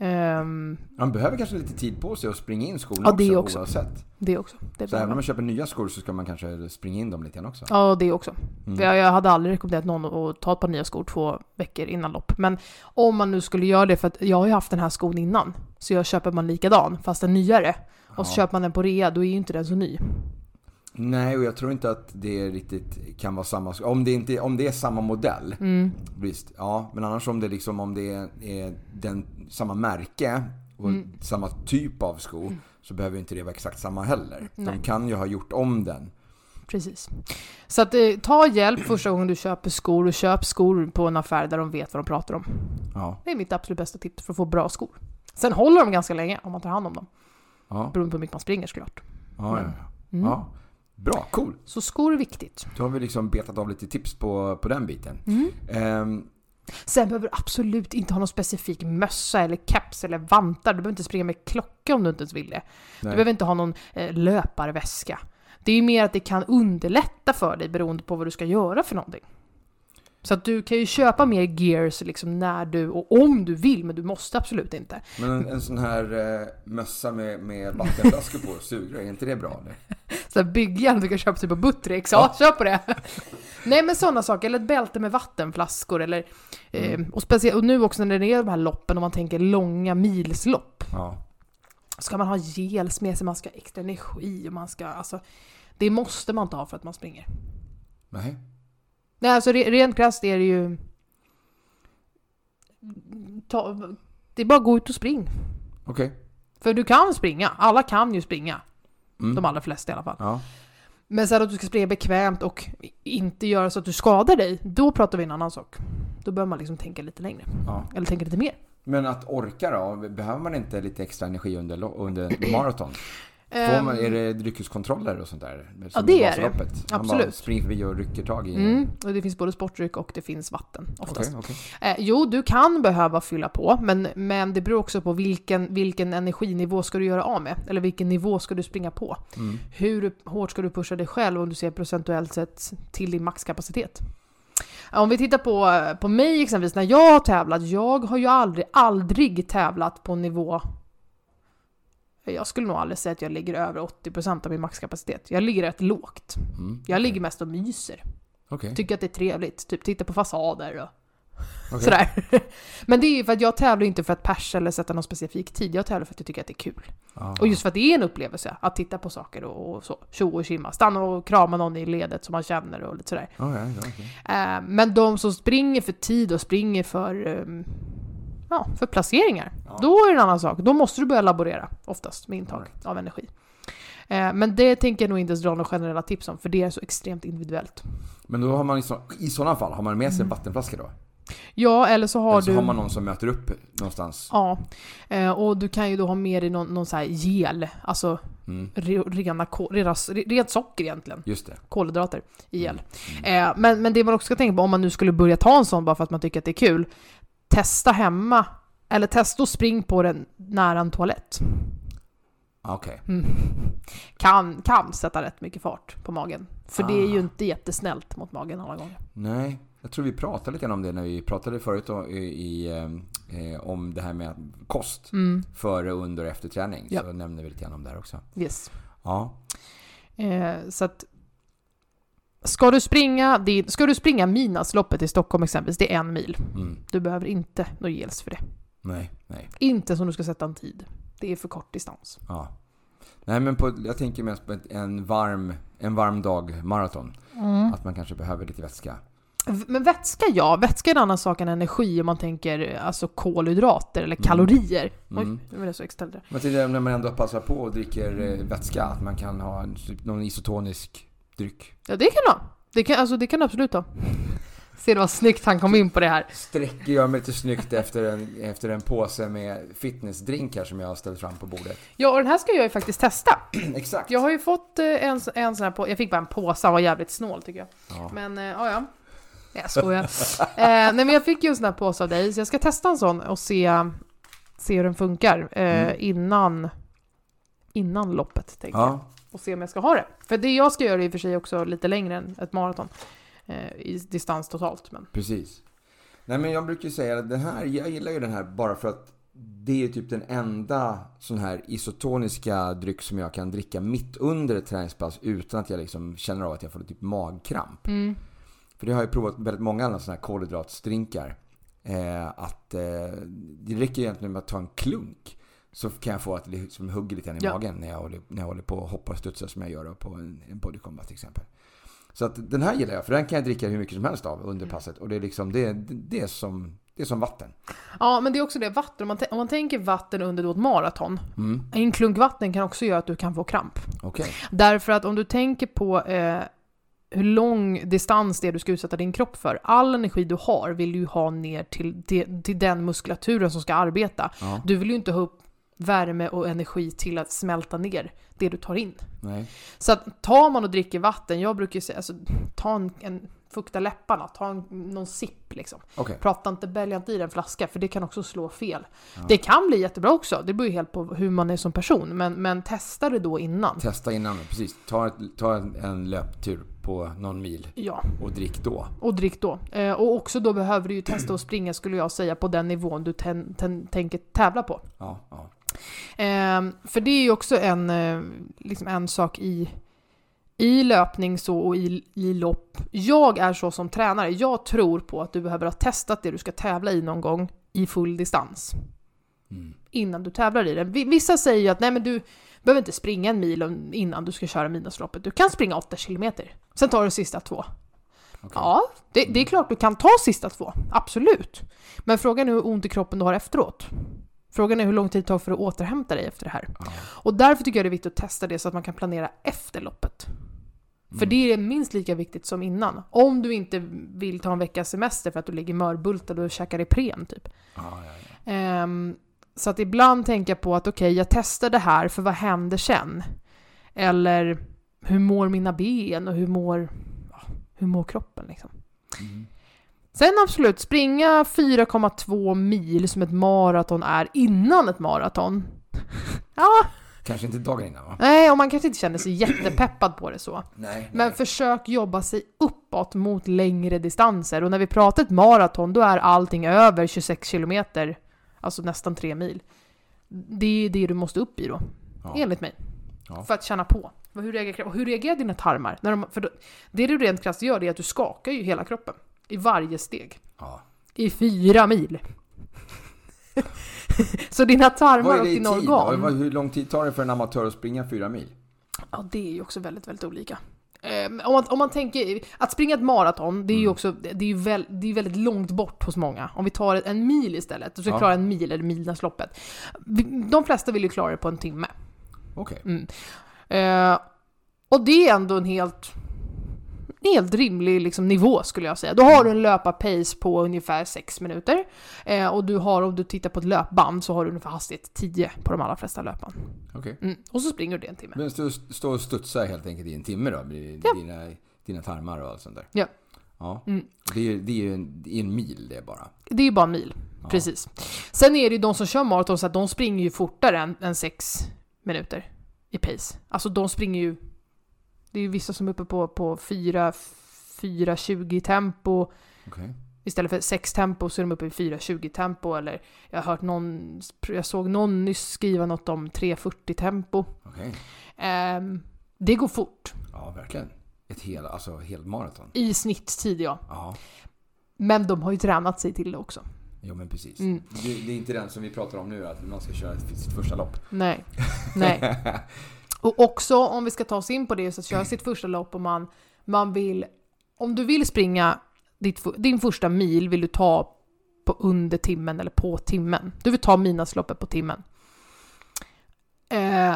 B: Ehm,
A: Man behöver kanske lite tid på sig att springa in skorna
B: Ja, det också.
A: oavsett.
B: det också. Det
A: Så
B: behöver
A: även om
B: man.
A: man köper nya skor så ska man kanske springa in dem lite grann också.
B: Ja, det också.
A: Mm.
B: För jag, jag hade aldrig rekommenderat någon att ta ett par nya skor två veckor innan lopp. Men om man nu skulle göra det, för att jag har ju haft den här skon innan, så jag köper man likadan, fast en nyare. Och så
A: Ja.
B: köper man den på rea, då är ju inte den så ny.
A: Nej, och jag tror inte att det riktigt kan vara samma sko. Om det, inte, om det är samma modell.
B: Mm.
A: Visst, ja. Men annars om det liksom om det är, är den, samma märke och
B: Mm.
A: samma typ av sko så behöver ju inte det vara exakt samma heller.
B: Nej.
A: De kan ju ha gjort om den.
B: Precis. Så att, eh, ta hjälp första gången du köper skor och köp skor på en affär där de vet vad de pratar om.
A: Ja.
B: Det är mitt absolut bästa tips för att få bra skor. Sen håller de ganska länge om man tar hand om dem.
A: Ja.
B: Beroende på hur mycket man springer såklart.
A: Ja, ja, ja.
B: Mm.
A: ja. Bra, cool.
B: Så skor är viktigt.
A: Då har vi liksom betat av lite tips på, på den biten.
B: Mm.
A: Ehm,
B: Sen behöver du absolut inte ha någon specifik mössa eller caps eller vantar. Du behöver inte springa med klocka om du inte ens vill det. Du
A: nej.
B: behöver inte ha någon eh, löparväska. Det är ju mer att det kan underlätta för dig beroende på vad du ska göra för någonting. Så att du kan ju köpa mer gears liksom när du och om du vill, men du måste absolut inte.
A: Men en, en sån här eh, mössa med, med vattenflaskor på och sugrör, är inte det bra? Eller?
B: Så här byggjärn du kan köpa typ på Buttricks, ja, köp på det! Nej men sådana saker, eller ett bälte med vattenflaskor eller... Eh, och, speciellt, och nu också när det är de här loppen, om man tänker långa milslopp,
A: Ja.
B: ska man ha gels med sig, man ska ha extra energi och man ska... Alltså, det måste man inte ha för att man springer.
A: Nej.
B: Nej, alltså re- rent krasst är det ju... Ta, det är bara att gå ut och spring.
A: Okej.
B: För du kan springa, alla kan ju springa.
A: Mm.
B: De allra flesta i alla fall.
A: Ja.
B: Men sen att du ska springa bekvämt och inte göra så att du skadar dig, då pratar vi en annan sak. Då behöver man liksom tänka lite längre.
A: ja.
B: Eller tänka lite mer.
A: Men att orka då? Behöver man inte lite extra energi under, lo- under maraton? Får
B: Ehm,
A: man, är det dryckeskontroller och sånt där? Som
B: ja, det
A: i
B: är det.
A: Vasaloppet? Man bara
B: Absolut.
A: springer förbi och rycker tag i...
B: Mm, och det finns både sportdryck och det finns vatten oftast.
A: Okej, okej.
B: Eh, jo, du kan behöva fylla på, men, men det beror också på vilken, vilken energinivå ska du göra av med? Eller vilken nivå ska du springa på?
A: Mm.
B: Hur hårt ska du pusha dig själv om du ser procentuellt sett till din maxkapacitet? Om vi tittar på, på mig exempelvis, när jag har tävlat, jag har ju aldrig, aldrig tävlat på nivå... Jag skulle nog aldrig säga att jag ligger över 80% av min maxkapacitet. Jag ligger rätt lågt.
A: Mm.
B: Jag ligger mest och myser.
A: Okej.
B: Tycker att det är trevligt. Typ titta på fasader och
A: Okej.
B: sådär. Men det är ju för att jag tävlar inte för att persa eller sätta någon specifik tid. Jag tävlar för att jag tycker att det är kul.
A: Ja.
B: Och just för att det är en upplevelse att titta på saker och, och så. Tjo och tjimma. Stanna och krama någon i ledet som man känner och lite sådär.
A: Ja, ja, ja, okej.
B: Eh, men de som springer för tid och springer för, ehm, ja, för placeringar.
A: Ja.
B: Då är det en annan sak. Då måste du börja laborera oftast med intag
A: Alright.
B: av energi. Eh, men det tänker jag nog inte ens dra några generella tips om för det är så extremt individuellt.
A: Men då har man i, så, i sådana fall, har man med sig en vattenflaska då?
B: Ja, eller så har
A: Eller så
B: Mm. du...
A: har man någon som möter upp någonstans?
B: Ja, eh, och du kan ju då ha med dig någon, någon så här gel, alltså
A: Mm.
B: re, rena, ko- rena, rent socker egentligen.
A: Just det.
B: kolhydrater i
A: Mm.
B: el. Eh, men, men det man också ska tänka på om man nu skulle börja ta en sån bara för att man tycker att det är kul, testa hemma. Eller testa och spring på den nära en toalett.
A: Ah, Okej.
B: Mm. Kan, kan sätta rätt mycket fart på magen. För det är ju
A: Ah.
B: inte jättesnällt mot magen alla gånger.
A: Nej, jag tror vi pratade lite grann om det när vi pratade förut om, i, i, eh, om det här med kost
B: Mm.
A: före, under och efter träning.
B: Ja.
A: Så nämnde vi lite grann om det här också.
B: Yes.
A: Ja,
B: Eh, så att... Ska du springa, din, ska du springa Minasloppet i Stockholm exempelvis, det är en mil.
A: mm.
B: Du behöver inte något gels för det.
A: nej, nej.
B: Inte som du ska sätta en tid. Det är för kort distans.
A: Ja. Nej, men på, jag tänker mest på ett, en, varm, en varm dag maraton.
B: Mm.
A: Att man kanske behöver lite vätska.
B: V- Men vätska ja, vätska är en annan sak än energi om man tänker alltså kolhydrater eller kalorier.
A: Mm.
B: Oj, nu var det så extra.
A: Men till det när man ändå passar på och dricker eh, vätska, att man kan ha en, typ någon isotonisk dryck.
B: Ja det kan du ha. Det kan, alltså, det kan du absolut ha. Ser du vad snyggt han kom in på det här?
A: Sträcker jag mig lite snyggt efter en, efter en påse med fitnessdrinkar som jag har ställt fram på bordet.
B: Ja och den här ska jag ju faktiskt testa.
A: Exakt!
B: Jag har ju fått eh, en, så- en sån här, på, jag fick bara en påse, han var jävligt snål tycker jag.
A: Ja.
B: Men eh, ja ja. Nej, Jag skojar. eh, nej men jag fick ju en sån här påse av dig så jag ska testa en sån och se, se hur den funkar eh,
A: Mm.
B: innan, innan loppet tänkte jag.
A: Ja,
B: och se om jag ska ha det. För det jag ska göra är i och för sig också lite längre än ett maraton eh, i distans totalt. Men
A: Precis. Nej men jag brukar ju säga att den här, jag gillar ju den här bara för att det är ju typ den enda sån här isotoniska dryck som jag kan dricka mitt under ett träningspass utan att jag liksom känner av att jag får typ magkramp.
B: mm.
A: För det har jag ju provat väldigt många andra såna här kolhydratstrinkar. Eh, att eh, det räcker egentligen med att ta en klunk. Så kan jag få att det liksom hugger lite grann i
B: Ja.
A: magen när jag, håller, när jag håller på och hoppar och studsar som jag gör då på en, en body combat till exempel. Så att den här gillar jag för den kan jag dricka hur mycket som helst av under
B: Mm.
A: passet. Och det är liksom, det, det, det är som, det är som vatten.
B: Ja, men det är också det, vatten, om man, tän- om man tänker vatten under då ett maraton,
A: Mm,
B: en klunk vatten kan också göra att du kan få kramp.
A: okej.
B: Därför att om du tänker på eh, hur lång distans det är du ska utsätta din kropp för. All energi du har vill du ju ha ner till, till, till den muskulaturen som ska arbeta.
A: Ja.
B: Du vill ju inte ha upp värme och energi till att smälta ner det du tar in.
A: Nej.
B: Så att tar man och dricker vatten, jag brukar ju säga, alltså, ta en, en fukta läpparna, ta en, någon sipp liksom.
A: Okej.
B: Prata inte, bälja inte i en flaska, för det kan också slå fel.
A: Ja.
B: Det kan bli jättebra också, det beror ju helt på hur man är som person, men, men testa det då innan.
A: Testa innan. Precis. Ta, ett, ta en, en löptur på någon mil
B: Ja,
A: och drick då.
B: och drick då. Eh, och också då behöver du ju testa att springa skulle jag säga på den nivån du ten, ten, tänker tävla på.
A: Ja, ja.
B: Ehm, för det är ju också en, eh, liksom en sak i, i löpning så och i, i lopp. Jag är så som tränare, jag tror på att du behöver ha testat det du ska tävla i någon gång i full distans
A: Mm.
B: innan du tävlar i den. Vi- Vissa säger ju att nej men du behöver inte springa en mil om- innan du ska köra minusloppet. Du kan springa 8 kilometer. Sen tar du sista två.
A: okej.
B: Ja, det, det är klart du kan ta sista två. Absolut. Men frågan är hur ont i kroppen du har efteråt. Frågan är hur lång tid det tar för att återhämta dig efter det här.
A: Ja.
B: Och därför tycker jag det är viktigt att testa det så att man kan planera efter loppet. För
A: Mm.
B: det är minst lika viktigt som innan. Om du inte vill ta en veckas semester för att du ligger mörbultad och käkar Ipren typ.
A: Ja, ja, ja.
B: Ehm, så att ibland tänka på att okej, jag testar det här för vad händer sen? Eller hur mår mina ben och hur mår, ja, hur mår kroppen liksom?
A: Mm.
B: Sen absolut, springa 4,2 mil som ett maraton är innan ett maraton. ja,
A: Kanske inte dagen innan va?
B: nej, och man kanske inte känner sig jättepeppad på det så.
A: Nej.
B: Men försök jobba sig uppåt mot längre distanser. Och när vi pratar ett maraton, då är allting över 26 kilometer, alltså nästan 3 mil. Det är det du måste upp i då,
A: Ja.
B: enligt mig.
A: Ja.
B: För att känna på. Vad- Hur reagerar, och hur reagerar dina tarmar? När de, för då, det du rent krasst gör är att du skakar ju hela kroppen i varje steg.
A: Ja.
B: I fyra mil. Så dina tarmar och
A: i
B: dina
A: tid då?
B: organ.
A: Vad- Hur lång tid tar det för en amatör att springa fyra mil?
B: Ja, det är ju också väldigt, väldigt olika. Ehm, Om man, om man tänker, att springa ett maraton, det är ju
A: Mm.
B: också, det är ju väl, det är väldigt långt bort hos många. Om vi tar en mil istället, du ska
A: Ja.
B: klara en mil eller Midnattsloppet. Vi- De flesta vill ju klara det på en timme.
A: Okej.
B: Mm. Eh, och det är ändå en helt, en helt rimlig liksom, nivå skulle jag säga. Då har du en löparpace på ungefär 6 minuter. Eh, och du har, om du tittar på ett löpband, så har du ungefär hastighet 10 på de allra flesta löpband.
A: Okej.
B: Mm. Och så springer du det en timme.
A: Men stå, stå och studsa helt enkelt i en timme då? Med
B: Ja.
A: dina, dina tarmar och allt sånt där?
B: Ja.
A: Ja.
B: Mm.
A: Det är ju det är ju en, det är en mil det bara.
B: Det är ju bara en mil.
A: Ja.
B: Precis. Sen är det ju de som kör maraton så att de springer ju fortare än, än sex minuter i pace. Alltså de springer ju... Det är ju vissa som är uppe på, på 4, 4.20 i tempo.
A: Okej.
B: Istället för 6 tempo så är de uppe i 4.20 tempo. Eller jag har hört någon... Jag såg någon nyss skriva något om 3.40 tempo.
A: Okej.
B: Ehm, det går fort.
A: Ja, verkligen. Ett hel, alltså helt maraton.
B: I snitttid ja.
A: Ja.
B: Men de har ju tränat sig till det också.
A: Jo men precis.
B: Mm.
A: Det, det är inte den som vi pratar om nu, att man ska köra sitt första lopp.
B: Nej. Nej. Och också om vi ska ta oss in på det, så att köra sitt första lopp om man, man vill... Om du vill springa ditt, fu- din första mil vill du ta på under timmen eller på timmen. Du vill ta minasloppet på timmen. Eh,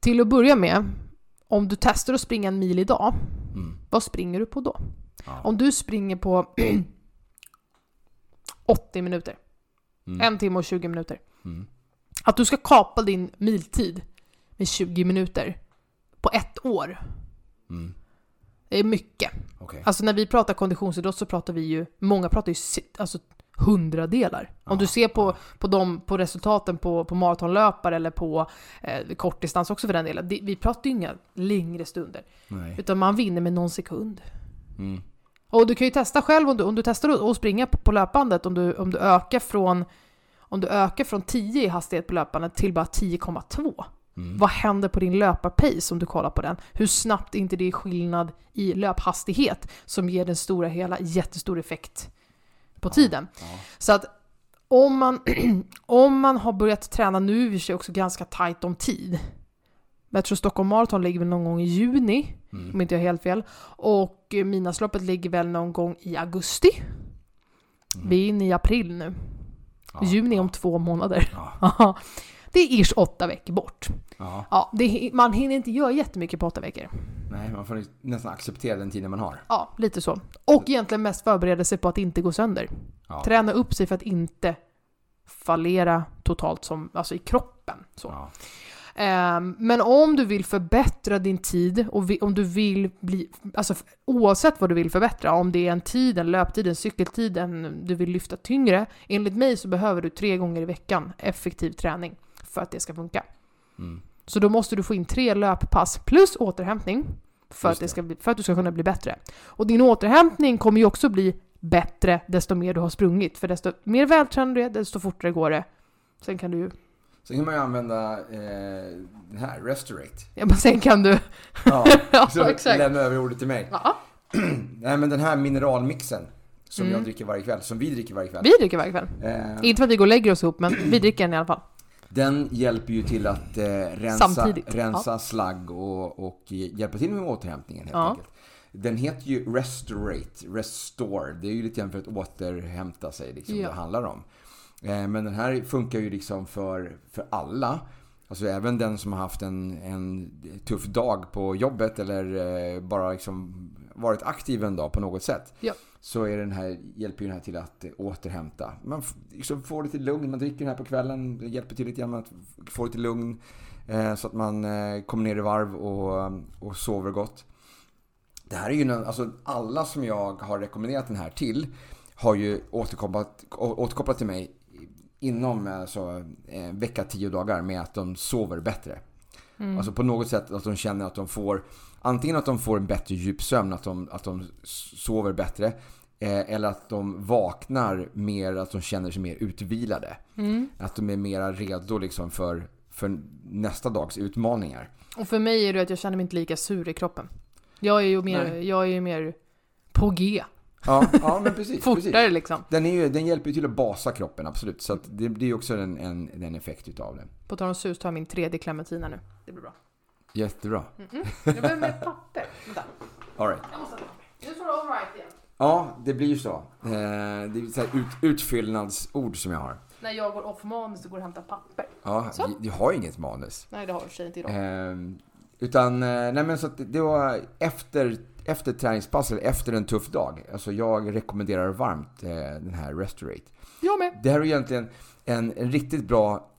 B: till att börja med, om du testar att springa en mil idag,
A: Mm.
B: vad springer du på då?
A: Ja.
B: Om du springer på 80 minuter,
A: Mm.
B: en timme och 20 minuter.
A: Mm.
B: Att du ska kapa din miltid med 20 minuter på ett år,
A: Mm.
B: det är mycket.
A: Okej.
B: Alltså när vi pratar konditionsidrott så pratar vi ju, många pratar ju si- alltså, hundradelar. Om du
A: Ja,
B: ser på,
A: ja.
B: på, dem, på resultaten på, på maratonlöpare eller på eh, kortdistans också för den delen, det, vi pratar ju inga längre stunder.
A: Nej.
B: Utan man vinner med någon sekund.
A: Mm.
B: Och du kan ju testa själv om du, om du testar att att springa på, på löpbandet, om du, om du ökar från om du ökar från 10 i hastighet på löpbandet till bara 10,2.
A: Mm.
B: Vad händer på din löparpace om du kollar på den? Hur snabbt är inte det är skillnad i löphastighet som ger den stora hela jättestor effekt på tiden?
A: Ja.
B: Så att om man, om man har börjat träna nu, vi sig också ganska tajt om tid. Men jag tror Stockholm Marathon ligger väl någon gång i juni,
A: Mm.
B: om inte jag har helt fel. Och eh, Midnattsloppet ligger väl någon gång i augusti.
A: Mm.
B: Vi är inne i april nu.
A: Ja.
B: Juni om två månader.
A: Ja.
B: Ja. det är ish åtta veckor bort.
A: Ja.
B: Ja, det, man hinner inte göra jättemycket på åtta veckor.
A: Nej, man får liksom nästan acceptera den tiden man har.
B: Ja, lite så. Och egentligen mest förbereda sig på att inte gå sönder.
A: Ja.
B: Träna upp sig för att inte fallera totalt som, alltså i kroppen. Så.
A: Ja.
B: Ehm, men om du vill förbättra din tid och vi, om du vill bli, alltså f- oavsett vad du vill förbättra, om det är en tid, en löptid, en cykeltid, en, du vill lyfta tyngre. Enligt mig så behöver du tre gånger i veckan effektiv träning för att det ska funka.
A: Mm.
B: Så då måste du få in tre löppass plus återhämtning för,
A: Just
B: att, det
A: det.
B: ska bli, för att du ska kunna bli bättre. Och din återhämtning kommer ju också bli bättre desto mer du har sprungit. För desto mer vältränad du är, desto fortare går det. Sen kan du ju...
A: Sen kan man ju använda eh, den här, Restorate.
B: Ja, men sen kan du...
A: Ja,
B: Ja,
A: så
B: exakt.
A: lämna över ordet till mig.
B: Ja,
A: Nej, men den här mineralmixen som
B: Mm.
A: jag dricker varje kväll, som vi dricker varje kväll.
B: vi dricker varje kväll.
A: Eh,
B: Inte för att vi går och lägger oss ihop, men vi dricker den i alla fall.
A: den hjälper ju till att eh, rensa,
B: Samtidigt,
A: rensa slagg och, och hjälpa till med återhämtningen helt
B: Ja.
A: enkelt. Den heter ju Restorate, Restore. Det är ju lite grann för att återhämta sig, liksom,
B: Ja.
A: det handlar om. Eh, men den här funkar ju liksom för, för alla. Alltså även den som har haft en, en tuff dag på jobbet eller eh, bara liksom varit aktiv en dag på något sätt.
B: Ja.
A: Så är den här, hjälper ju den här till att eh, återhämta. Man f- liksom får lite lugn, man dricker den här på kvällen. Det hjälper till lite grann att f- få lite lugn. Eh, så att man eh, kommer ner i varv och, och sover gott. Det här är ju någon, alltså alla som jag har rekommenderat den här till har ju återkopplat, å- återkopplat till mig inom alltså, en vecka, tio dagar med att de sover bättre.
B: Mm.
A: Alltså på något sätt att de känner att de får antingen att de får en bättre djupsömn, att de, att de sover bättre. Eh, eller att de vaknar mer, att de känner sig mer utvilade.
B: Mm.
A: Att de är mera redo liksom för, för nästa dags utmaningar.
B: Och för mig är det att jag känner mig inte lika sur i kroppen. Jag är ju mer,
A: Nej.
B: jag är ju mer på G.
A: Ja, ja men precis. precis.
B: Fortare liksom.
A: Den, är ju, den hjälper ju till att basa kroppen, absolut. Så att det, det är ju också en, en, en effekt utav den.
B: På tal om sus tar jag min tredje clementina nu. Det blir bra.
A: Jättebra.
B: Jag behöver mer papper. Vänta,
A: All right.
B: jag måste... Nu står det alright igen.
A: Ja, det blir ju så. Eh, det är så här ut, utfyllnadsord som jag har.
B: När jag går off manus och går och hämtar papper.
A: Ja,
B: Så.
A: vi- vi har ju inget manus.
B: Nej, det har du sig inte idag.
A: Eh, utan, eh, nej men så att det var efter, efter träningspass eller efter en tuff dag. Alltså jag rekommenderar varmt eh, den här Restorate.
B: Jag med.
A: Det här är ju egentligen en, en riktigt bra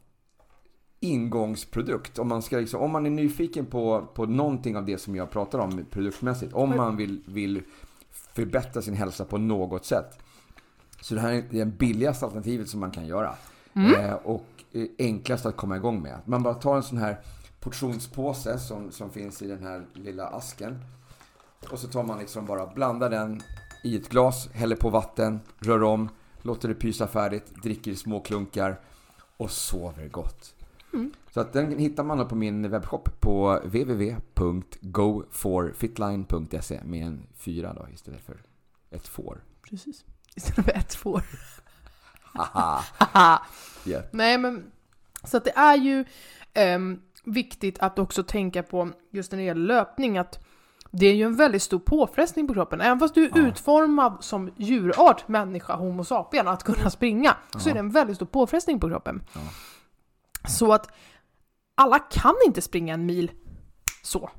A: ingångsprodukt. Om man, ska liksom, om man är nyfiken på, på någonting av det som jag pratar om produktmässigt. Om man vill, vill förbättra sin hälsa på något sätt. Så det här är det billigaste alternativet som man kan göra. Eh, och eh, enklast att komma igång med. Att Man bara tar en sån här portionspåse som, som finns i den här lilla asken. Och så tar man liksom bara, blandar den i ett glas, häller på vatten, rör om, låter det pysa färdigt, dricker i små klunkar och sover gott.
B: Mm.
A: Så att den hittar man då på min webbshop på www.goforfitline.se med en fyra då istället för ett får.
B: Precis. Istället för ett får.
A: Haha!
B: Haha.
A: Yeah.
B: Nej, men så att det är ju ehm, viktigt att också tänka på just när det gäller löpning att det är ju en väldigt stor påfrestning på kroppen. Även fast du är
A: Ja.
B: utformad som djurart, människa, homo sapien, att kunna springa
A: Ja.
B: så är det en väldigt stor påfrestning på kroppen.
A: Ja.
B: Så att alla kan inte springa en mil så.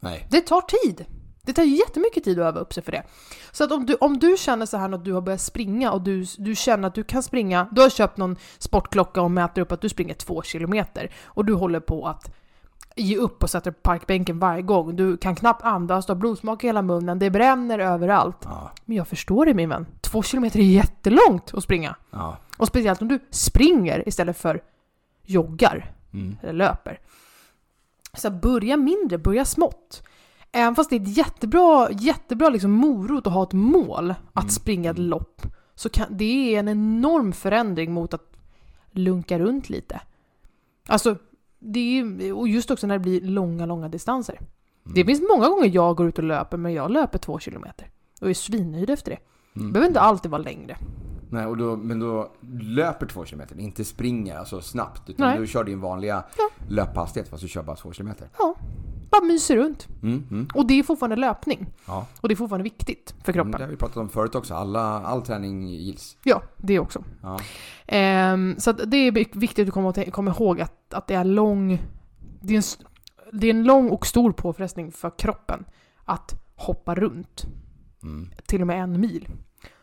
A: Nej.
B: Det tar tid. Det tar jättemycket tid att öva upp sig för det. Så att om du, om du känner så här att du har börjat springa och du, du känner att du kan springa, du har köpt någon sportklocka och mäter upp att du springer två kilometer och du håller på att ge upp och sätter på parkbänken varje gång. Du kan knappt andas, du har blodsmak i hela munnen, det bränner överallt.
A: Ja.
B: Men jag förstår dig min vän, två kilometer är jättelångt att springa.
A: Ja.
B: Och speciellt om du springer istället för joggar
A: Mm.
B: eller löper. Så börja mindre, börja smått. Även fast det är ett jättebra, jättebra liksom morot att ha ett mål att
A: Mm.
B: springa ett
A: Mm.
B: lopp. Så kan, det är en enorm förändring mot att lunka runt lite. Alltså, det är, och just också när det blir långa, långa distanser.
A: Mm.
B: Det finns många gånger jag går ut och löper, men jag löper två kilometer. Och är svinnöjd efter det. Det
A: Mm.
B: behöver inte alltid vara längre.
A: Nej, och då, men då löper två kilometer, inte springer alltså snabbt. Utan
B: Nej.
A: du kör din vanliga
B: Ja.
A: löphastighet fast du kör bara två kilometer.
B: Bara myser runt.
A: Mm, mm.
B: Och det är fortfarande löpning.
A: Ja.
B: Och det är fortfarande viktigt för
A: Mm, Det
B: kroppen.
A: har vi pratat om förut också. Alla, all träning gills.
B: Ja, det också.
A: Ja.
B: Ehm, så att det är vik- viktigt att komma, att komma ihåg att, att det är lång... Det är, en, s- det är en lång och stor påfrestning för kroppen att hoppa runt.
A: Mm.
B: Till och med en mil.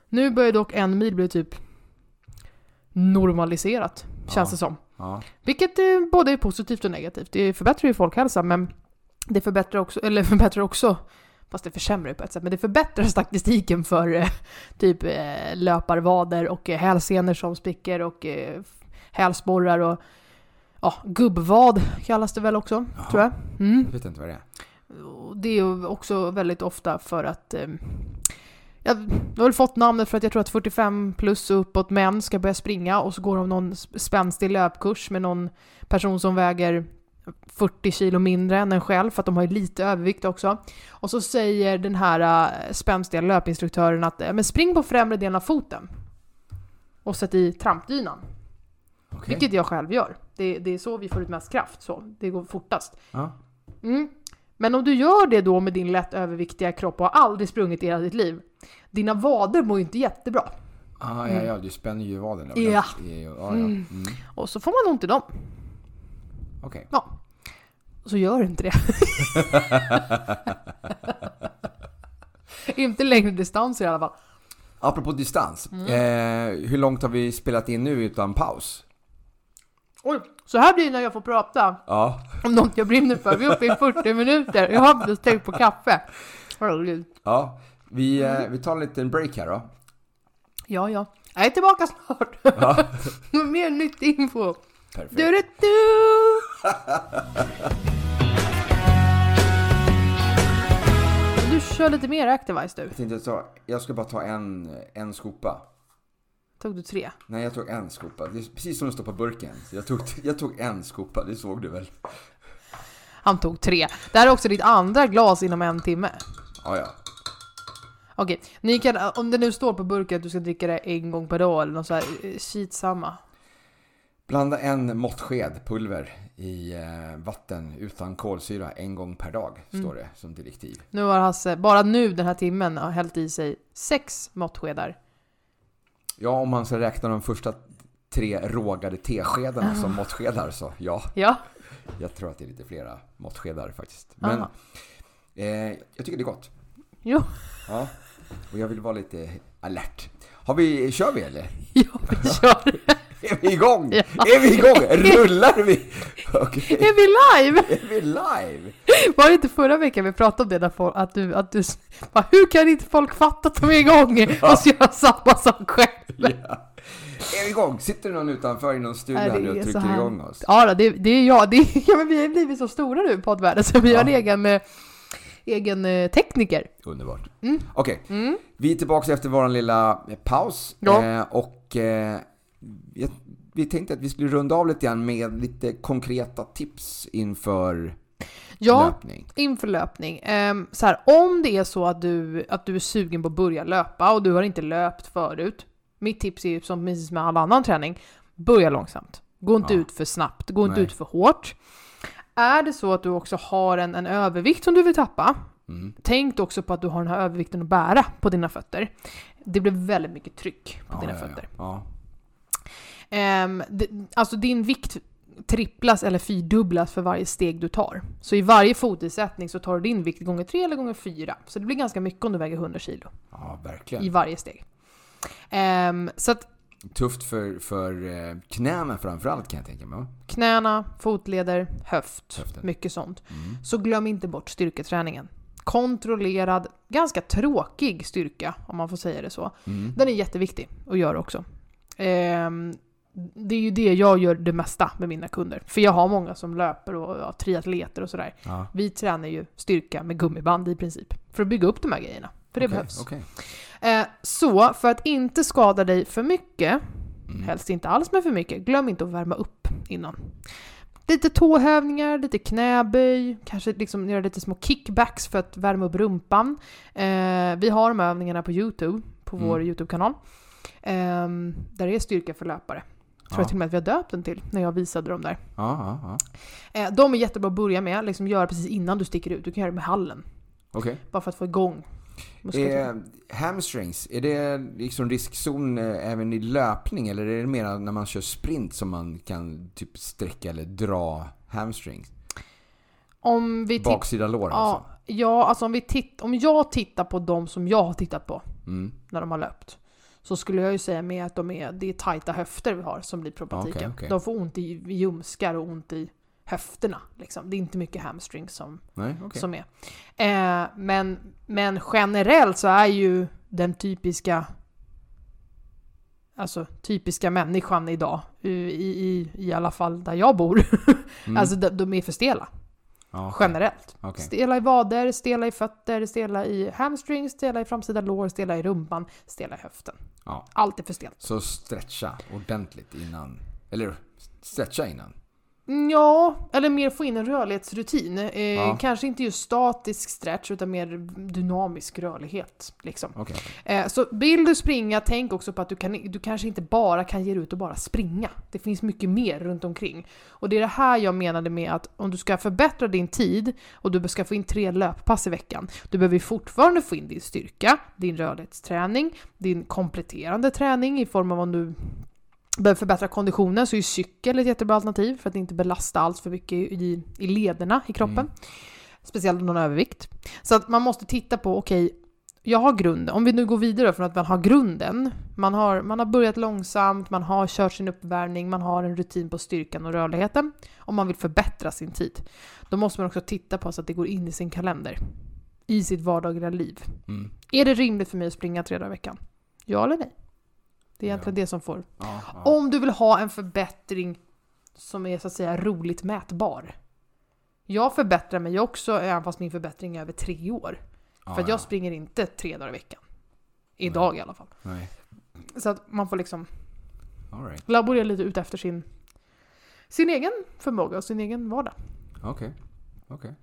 B: Nu börjar dock en mil bli typ normaliserat, känns
A: Ja.
B: det som.
A: Ja.
B: Vilket eh, både är positivt och negativt. Det förbättrar ju folkhälsan men det förbättrar också, eller förbättrar också, fast det försämrar ju på ett sätt, men det förbättrar statistiken för eh, typ eh, löparvader och eh, hälsenor som spricker och eh, hälsporrar och ja, gubbvad kallas det väl också,
A: Jaha.
B: tror jag. Mm.
A: Jag vet inte vad det är.
B: Och det är ju också väldigt ofta för att eh, jag jag har väl fått namnet för att jag tror att 45 plus och uppåt män ska börja springa och så går de någon sp- spänstig löpkurs med någon person som väger 40 kilo mindre än en själv för att de har ju lite övervikt också. Och så säger den här eh, spänstiga löpinstruktören att eh, men spring på främre delen av foten och sätt i trampdynan,
A: Okej.
B: vilket jag själv gör. Det, det är så vi får ut mest kraft, så det går fortast.
A: Ja.
B: Mm. Men om du gör det då med din lätt överviktiga kropp och har aldrig sprungit i hela ditt liv. Dina vader mår ju inte jättebra.
A: Ah, ja, ja, du spänner ju vaden. där.
B: Ja.
A: Ja, ja. Mm.
B: Och så får man ont i dem.
A: Okej.
B: Och så gör inte det. inte längre distanser i alla fall.
A: Apropå distans.
B: Mm.
A: Eh, hur långt har vi spelat in nu utan paus?
B: Oj, så här blir det när jag får prata
A: Ja.
B: om något jag brinner för. Vi är uppe i 40 minuter. Jag har inte tänkt på kaffe.
A: ja. Vi,
B: Mm.
A: eh, vi tar en liten break här då.
B: Ja, ja. Jag är tillbaka snart.
A: Ja.
B: Med mer nytt info.
A: Perfekt.
B: Du, du, du. Du kör lite mer Activise du.
A: Jag tänkte så, jag ska bara ta en, en skopa.
B: Tog du tre?
A: Nej, jag tog en skopa. Det är precis som det står på burken. Så Jag tog, jag tog en skopa, det såg du väl?
B: Han tog tre. Det här är också ditt andra glas inom en timme.
A: Ja, ja.
B: Okej, ni kan, om det nu står på burken att du ska dricka det en gång per dag eller något så här, eh, skitsamma.
A: Blanda en måttsked pulver i eh, vatten utan kolsyra en gång per dag,
B: Mm.
A: står det som direktiv.
B: Nu har Hasse, bara nu den här timmen, har hällt i sig sex måttskedar.
A: Ja, om man ska räkna de första tre rågade teskedarna som
B: Ah.
A: måttskedar så ja,
B: Ja.
A: jag tror att det är lite flera måttskedar faktiskt. Men
B: Aha.
A: eh, jag tycker det är gott.
B: Jo,
A: Ja, och jag vill vara lite alert. Har vi, kör vi eller?
B: ja, vi kör.
A: Är vi igång?
B: Ja.
A: Är vi igång? Rullar vi? Okej,
B: Är vi live?
A: är vi live?
B: Var det inte förra veckan vi pratade om det? Där folk, att du, att du, bara, hur kan inte folk fatta att de är igång och så göra samma sak själv?
A: Ja. Är vi igång? Sitter det någon utanför i någon studio
B: Nej,
A: här
B: det
A: nu och
B: är så
A: trycker
B: här.
A: igång oss?
B: Ja, då, det, det är jag. Det är, ja, men vi har blivit så stora nu i poddvärlden så vi har en egen, eh, egen eh, tekniker.
A: Underbart.
B: Mm.
A: Okej,
B: Mm.
A: vi är tillbaka efter vår lilla eh, paus.
B: Ja.
A: Eh, och eh, jag, vi tänkte att vi skulle runda av lite grann med lite konkreta tips inför
B: Ja,
A: löpning.
B: inför löpning. Ehm, så här, om det är så att du, att du är sugen på att börja löpa och du har inte löpt förut. Mitt tips är ju som precis med all annan träning, börja långsamt. Gå inte
A: Ja.
B: ut för snabbt, gå inte
A: Nej.
B: ut för hårt. Är det så att du också har en, en övervikt som du vill tappa,
A: Mm.
B: tänk då också på att du har den här övervikten att bära på dina fötter. Det blir väldigt mycket tryck på
A: Ja,
B: dina
A: ja, ja.
B: fötter.
A: Ja.
B: Ehm, det, alltså din vikt tripplas eller fyrdubblas för varje steg du tar. Så i varje fotisättning så tar du din vikt gånger tre eller gånger fyra. Så det blir ganska mycket om du väger 100 kilo
A: ja,
B: i
A: verkligen.
B: varje steg. Ehm, så att
A: Tufft för, för eh, knäna framförallt kan jag tänka mig. va?
B: knäna, fotleder, höft,
A: Höften.
B: mycket sånt.
A: Mm.
B: Så glöm inte bort styrketräningen. Kontrollerad, ganska tråkig styrka om man får säga det så.
A: Mm.
B: Den är jätteviktig att göra också. Ehm, det är ju det jag gör det mesta med mina kunder. För jag har många som löper och ja, triatleter och sådär.
A: Ja.
B: Vi tränar ju styrka med gummiband i princip. För att bygga upp de här grejerna. För det
A: Okej,
B: behövs.
A: okej.
B: Eh, så, för att inte skada dig för mycket,
A: Mm.
B: helst inte alls men för mycket, glöm inte att värma upp innan. Lite tåhävningar, lite knäböj, kanske liksom göra lite små kickbacks för att värma upp rumpan. Eh, vi har de här övningarna på Youtube, på vår
A: Mm.
B: Youtube-kanal. Eh, där är styrka för löpare. Tror jag till och med att vi har döpt den till, när jag visade dem där.
A: Ja, ja, ja.
B: Eh, de är jättebra att börja med, liksom göra precis innan du sticker ut. Du kan göra det med hallen.
A: Okej.
B: Bara för att få igång musklerna.
A: Eh, hamstrings, är det liksom riskzon eh, även i löpning eller är det mer när man kör sprint som man kan typ sträcka eller dra hamstrings?
B: Om vi tittar...
A: Baksida lår
B: Ja,
A: alltså?
B: ja, alltså om, vi titt, om jag tittar på de som jag har tittat på
A: Mm.
B: när de har löpt. Så skulle jag ju säga med att de är, det är tajta höfter vi har som blir problematiken.
A: Okej, okej.
B: De får ont i i ljumskar och ont i höfterna. Liksom. Det är inte mycket hamstring som,
A: Nej, okej.
B: som är. Eh, men, men generellt så är ju den typiska Alltså typiska människan idag, i, i, i alla fall där jag bor,
A: Mm.
B: alltså de, de är för stela
A: ja, okej.
B: generellt.
A: Okej.
B: Stela i vader, stela i fötter, stela i hamstrings, stela i framsida lår, stela i rumpan, stela i höften.
A: Ja.
B: Allt är för stelt.
A: Så stretcha ordentligt innan, eller stretcha innan.
B: Mm, Ja, eller mer få in en rörlighetsrutin. Eh,
A: Ja.
B: Kanske inte just statisk stretch utan mer dynamisk rörlighet. Liksom.
A: Okej. Mm.
B: Eh, så vill du springa, tänk också på att du, kan, du kanske inte bara kan ge dig ut och bara springa. Det finns mycket mer runt omkring. Och det är det här jag menade med att om du ska förbättra din tid och du ska få in tre löppass i veckan, du behöver ju fortfarande få in din styrka, din rörlighetsträning, din kompletterande träning i form av om du behöver förbättra konditionen så är ju cykel ett jättebra alternativ för att inte belasta allt för mycket i, i lederna i kroppen.
A: Mm.
B: Speciellt om någon har övervikt. Så att man måste titta på, okej, jag har grunden. Om vi nu går vidare från att man har grunden. Man har, man har börjat långsamt, man har kört sin uppvärmning, man har en rutin på styrkan och rörligheten. Om man vill förbättra sin tid. Då måste man också titta på så att det går in i sin kalender. I sitt vardagliga liv.
A: Mm.
B: Är det rimligt för mig att springa tre dagar i veckan? Ja eller nej? Det är egentligen det som får.
A: Ja, ja.
B: Om du vill ha en förbättring som är så att säga roligt mätbar. Jag förbättrar mig också, även fast min förbättring är över tre år.
A: Ja,
B: För att
A: ja.
B: jag springer inte tre dagar i veckan. Idag i alla fall.
A: Nej.
B: Så att man får liksom
A: All right.
B: laborera lite ut efter sin, sin egen förmåga och sin egen vardag.
A: Okej. Okej.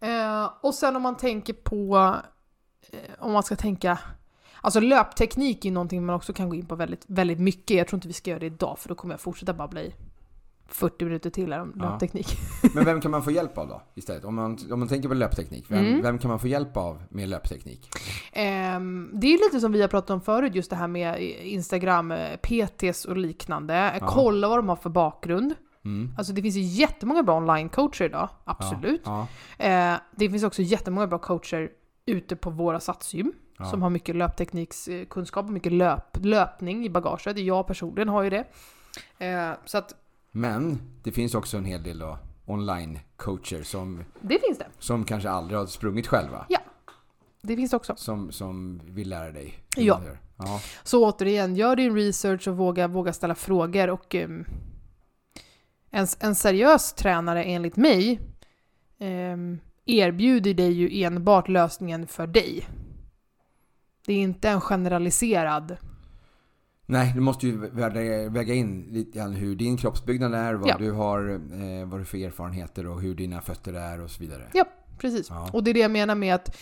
B: Eh, och sen om man tänker på, eh, om man ska tänka, alltså löpteknik är ju någonting man också kan gå in på väldigt, väldigt mycket. Jag tror inte vi ska göra det idag för då kommer jag fortsätta babbla i 40 minuter till här om
A: Ja.
B: löpteknik.
A: Men vem kan man få hjälp av då istället? Om man, om man tänker på löpteknik, vem,
B: Mm.
A: vem kan man få hjälp av med löpteknik?
B: Ehm, det är lite som vi har pratat om förut, just det här med Instagram, eh, PTs och liknande.
A: Ja.
B: Kolla vad de har för bakgrund.
A: Mm.
B: Alltså det finns ju jättemånga bra online-coacher idag, absolut.
A: Ja.
B: Eh, det finns också jättemånga bra coacher ute på våra satsgym
A: Ja.
B: som har mycket löpteknikskunskap och mycket löp, löpning i bagaget. Jag personligen har ju det. Eh, så att
A: Men det finns också en hel del då online-coacher som,
B: det finns det.
A: som kanske aldrig har sprungit själva.
B: Det finns det också.
A: Som, som vill lära dig.
B: Ja.
A: man gör. ja.
B: Så återigen, gör din research och våga, våga ställa frågor. Och, ehm, en, en seriös tränare enligt mig ehm, erbjuder dig ju enbart lösningen för dig. Det är inte en generaliserad
A: Nej, du måste ju väga, väga in lite grann hur din kroppsbyggnad är, vad
B: Ja.
A: du har, eh, vad du för erfarenheter och hur dina fötter är och så vidare.
B: Ja, precis.
A: Ja.
B: Och det är det jag menar med att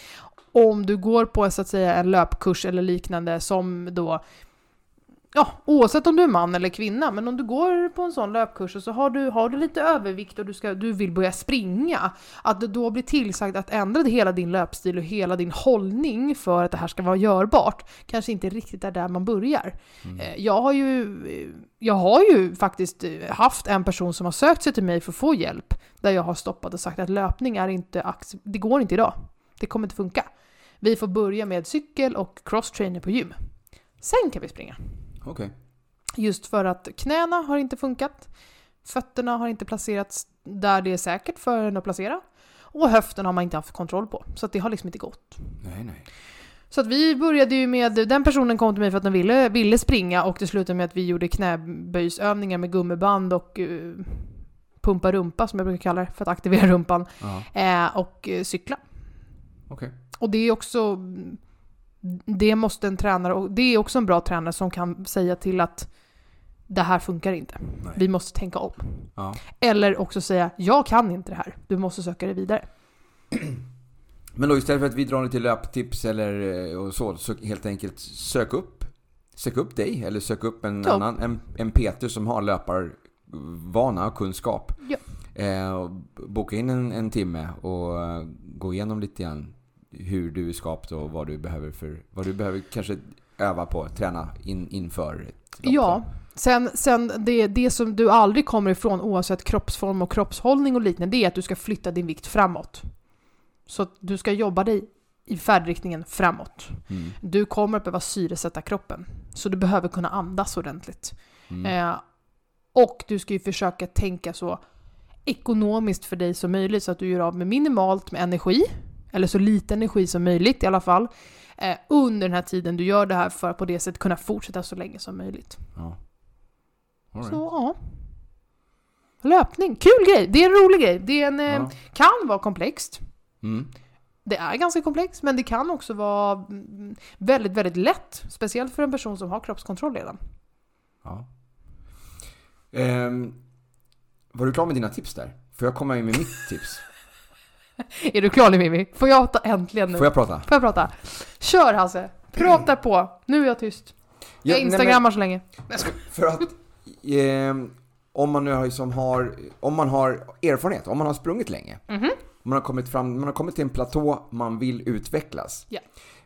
B: om du går på så att säga en löpkurs eller liknande som då Ja, oavsett om du är man eller kvinna, men om du går på en sån löpkurs och så har du, har du lite övervikt och du, ska, du vill börja springa, att du då blir tillsagd att ändra hela din löpstil och hela din hållning för att det här ska vara görbart, kanske inte riktigt är där man börjar.
A: Mm.
B: Eh, Jag har ju, eh, jag har ju faktiskt eh, haft en person som har sökt sig till mig för att få hjälp, där jag har stoppat och sagt att löpning är inte, ac- det går inte idag. Det kommer inte funka. Vi får börja med cykel och crosstrainer på gym. Sen kan vi springa.
A: Okej.
B: Just för att knäna har inte funkat, fötterna har inte placerats där det är säkert för en att placera och höften har man inte haft kontroll på. Så att det har liksom inte gått.
A: Nej, nej.
B: Så att vi började ju med, den personen kom till mig för att den ville, ville springa och det slutade med att vi gjorde knäböjsövningar med gummiband och eh, pumpa rumpa som jag brukar kalla det för att aktivera rumpan
A: Ja,
B: eh, och eh, cykla.
A: okej.
B: Och det är också, mm, det måste en tränare, och det är också en bra tränare som kan säga till att det här funkar inte,
A: Nej.
B: vi måste tänka om.
A: Ja.
B: Eller också säga, jag kan inte det här, du måste söka dig vidare.
A: Men då istället för att vi drar lite löptips eller eh, och så, så helt enkelt sök upp Sök upp dig eller sök upp en
B: Ja.
A: annan, en, en Peter som har löparvana och kunskap.
B: Ja.
A: Eh, och boka in en, en timme och eh, gå igenom lite grann hur du är skapt och vad du behöver för, vad du behöver kanske öva på, träna in, inför ett lopp.
B: Ja, sen, sen det, det som du aldrig kommer ifrån oavsett kroppsform och kroppshållning och liknande, det är att du ska flytta din vikt framåt. Så att du ska jobba dig i färdriktningen framåt.
A: Mm.
B: Du kommer att behöva syresätta kroppen, så du behöver kunna andas ordentligt.
A: Mm.
B: Eh, och du ska ju försöka tänka så ekonomiskt för dig som möjligt så att du gör av med minimalt med energi, eller så lite energi som möjligt i alla fall, eh, under den här tiden du gör det här för att på det sättet kunna fortsätta så länge som möjligt.
A: Ja. All right.
B: Så ja. Löpning, kul grej! Det är en rolig grej. Det är en, eh,
A: Ja.
B: kan vara komplext.
A: Mm.
B: Det är ganska komplext, men det kan också vara mm, väldigt, väldigt lätt. Speciellt för en person som har kroppskontroll redan.
A: Ja. Ehm, var du klar med dina tips där? Får jag komma in med mitt tips?
B: Är du klar nu Mimmi? Får jag ta äntligen nu?
A: Får jag prata?
B: Får jag prata? Kör Hasse! Prata på! Nu är jag tyst.
A: Ja,
B: Jag
A: nej, men-
B: instagrammar så länge.
A: För att ehm, om man nu har, som har, om man har erfarenhet, om man har sprungit länge,
B: Mhm.
A: man, har kommit fram, man har kommit till en platå, man vill utvecklas.
B: Ja.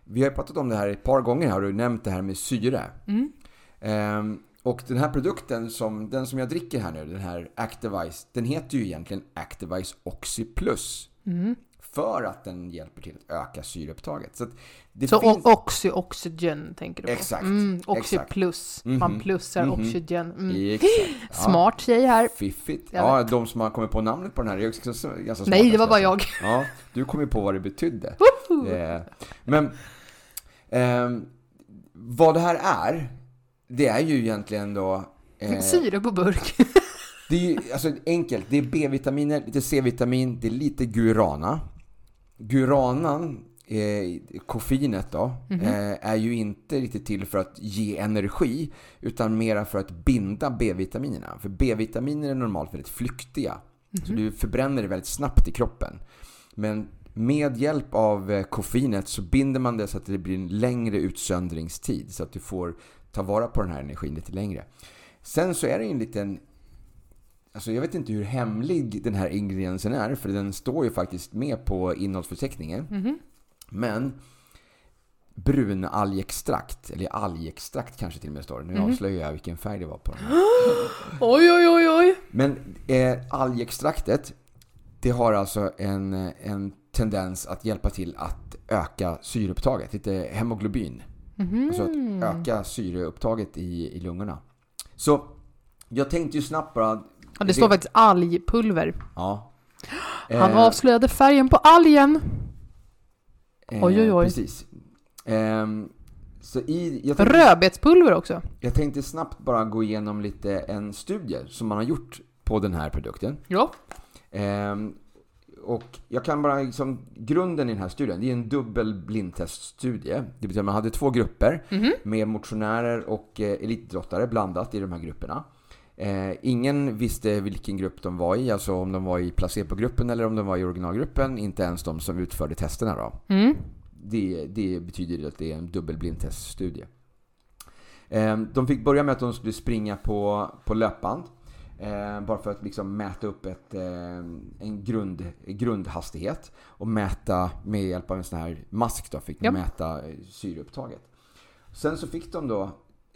A: Vi har ju pratat om det här ett par gånger, har du nämnt det här med syre.
B: Mm.
A: Ehm, och den här produkten, som, den som jag dricker här nu, den här Activise, den heter ju egentligen Activise Oxy Plus.
B: Mm.
A: För att den hjälper till att öka syreupptaget. Så, att det
B: Så
A: finns...
B: o- oxy, oxygen tänker du på?
A: Exakt,
B: Mm, oxy
A: exakt.
B: plus. Man
A: Mhm,
B: plussar
A: mhm.
B: oxygen. Mm.
A: Exakt. Ja.
B: Smart tjej här.
A: Fiffigt.
B: Jag
A: Ja, de som har kommit på namnet på den här är också ganska smarta.
B: Nej, det var
A: ska
B: bara
A: säga.
B: jag.
A: Ja, du kom ju på vad det betydde.
B: Woho!
A: Eh, Men ehm, vad det här är, det är ju egentligen då... eh,
B: Syre på burk.
A: det är ju alltså, enkelt. Det är B-vitaminer, lite C-vitamin, det är lite guarana. Guaranan, eh, koffeinet då, eh, är ju inte riktigt till för att ge energi utan mera för att binda B-vitaminerna. För B-vitaminer är normalt väldigt flyktiga. Så
B: Mhm.
A: du förbränner det väldigt snabbt i kroppen. Men med hjälp av eh, koffeinet så binder man det så att det blir en längre utsöndringstid så att du får ta vara på den här energin lite längre. Sen så är det ju en liten Alltså jag vet inte hur hemlig den här ingrediensen är, för den står ju faktiskt med på innehållsförteckningen.
B: Mhm.
A: Men brun algextrakt, eller algextrakt kanske till och med står det. Nu avslöjar jag vilken färg det var på den. här.
B: Oj, oj, oj, oj.
A: Men eh, algextraktet, det har alltså en, en tendens att hjälpa till att öka syreupptaget, lite hemoglobin.
B: Mhm.
A: Alltså att
B: Mm.
A: öka syreupptaget i, i lungorna. Så jag tänkte ju snabbt bara...
B: Ja, det står faktiskt algpulver.
A: Ja.
B: Han
A: Eh,
B: avslöjade färgen på algen.
A: Eh,
B: Oj, oj, oj.
A: Precis. Ehm, så i, jag, tänkte,
B: Rödbetspulver också.
A: jag tänkte snabbt bara gå igenom lite en studie som man har gjort på den här produkten.
B: Ja.
A: Ehm, och jag kan bara liksom, grunden i den här studien, det är en dubbel blindteststudie. Det betyder att man hade två grupper
B: Mhm.
A: med motionärer och eh, elitidrottare blandat i de här grupperna. Eh, ingen visste vilken grupp de var i, alltså om de var i placebogruppen eller om de var i originalgruppen. Inte ens de som utförde testerna då
B: Mm.
A: det, det betyder ju att det är en dubbel blindteststudie. Ehm, De fick börja med att de skulle springa på, på löpband. eh, Bara för att liksom mäta upp ett, eh, en grund, grundhastighet. Och mäta med hjälp av en sån här mask då, fick de
B: Ja.
A: mäta eh, syreupptaget. Sen så fick de då,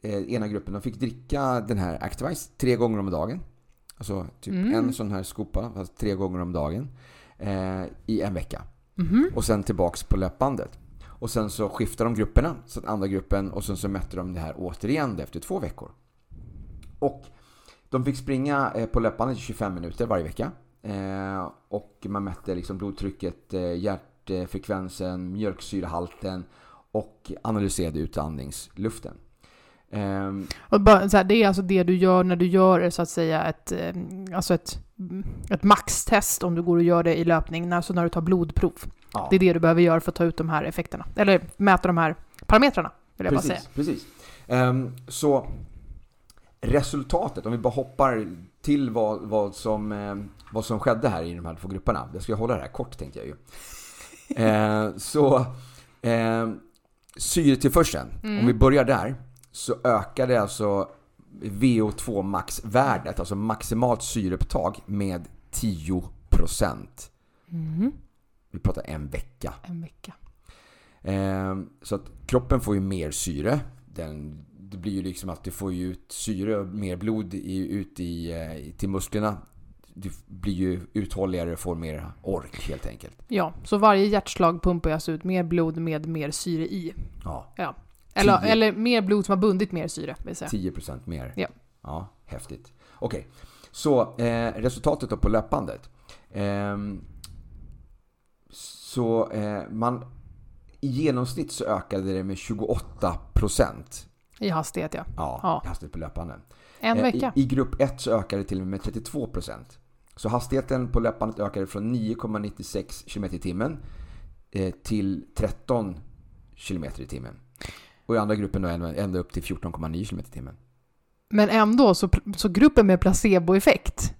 A: eh, ena gruppen, de fick dricka den här Activise tre gånger om dagen. Alltså typ
B: Mm.
A: en sån här skopa, fast tre gånger om dagen. eh, I en vecka
B: Mhm.
A: och sen tillbaks på löpbandet. Och sen så skiftade de grupperna, så att andra gruppen och sen så mötte de det här återigen efter två veckor. Och de fick springa eh, på löpbandet i 25 minuter varje vecka. Eh, Och man mätte liksom blodtrycket, eh, hjärtfrekvensen, mjölksyrehalten och analyserade utandningsluften. Ehm,
B: Och bara, så här, det är alltså det du gör när du gör så att säga ett, eh, alltså ett, ett maxtest om du går och gör det i löpning, alltså när du tar blodprov.
A: ja.
B: Det är det du behöver göra för att ta ut de här effekterna, eller mäta de här parametrarna, vill jag
A: precis,
B: bara säga.
A: Precis. Ehm, så resultatet, om vi bara hoppar till vad, vad, som, ehm, vad som skedde här i de här två grupperna. Jag ska hålla det här kort tänkte jag ju.
B: Mm.
A: Ehm, så eh, syretillförseln, om ehm, vi börjar där. så ökade alltså VO2 max-värdet, alltså maximalt syreupptag, med 10%.
B: Mhm.
A: Vi pratar en vecka.
B: En vecka.
A: Eh, så att kroppen får ju mer syre. Den, det blir ju liksom att du får ju ut syre och mer blod i, ut i, eh, i- till musklerna. Du blir ju uthålligare och får mer ork helt enkelt.
B: Ja, så varje hjärtslag pumpar ju alltså ut mer blod med mer syre i.
A: Ja,
B: Ja. Eller,
A: Tio.
B: eller mer blod som har bundit mer syre, vill säga.
A: 10% mer.
B: Ja.
A: Ja, häftigt. Okej, så eh, resultatet då på löpbandet. Ehm, så eh, man... I genomsnitt så ökade det med 28%
B: I hastighet, ja.
A: ja,
B: Ja.
A: hastighet på löpbanden.
B: En
A: Eh,
B: vecka.
A: I, I grupp 1 så ökade det till och med 32 procent. Så hastigheten på löpbandet ökade från 9,96 km i timmen eh, till 13 km i timmen. Och i andra gruppen då ända ända upp till 14,9 km i timmen.
B: Men ändå, så, så gruppen med placeboeffekt,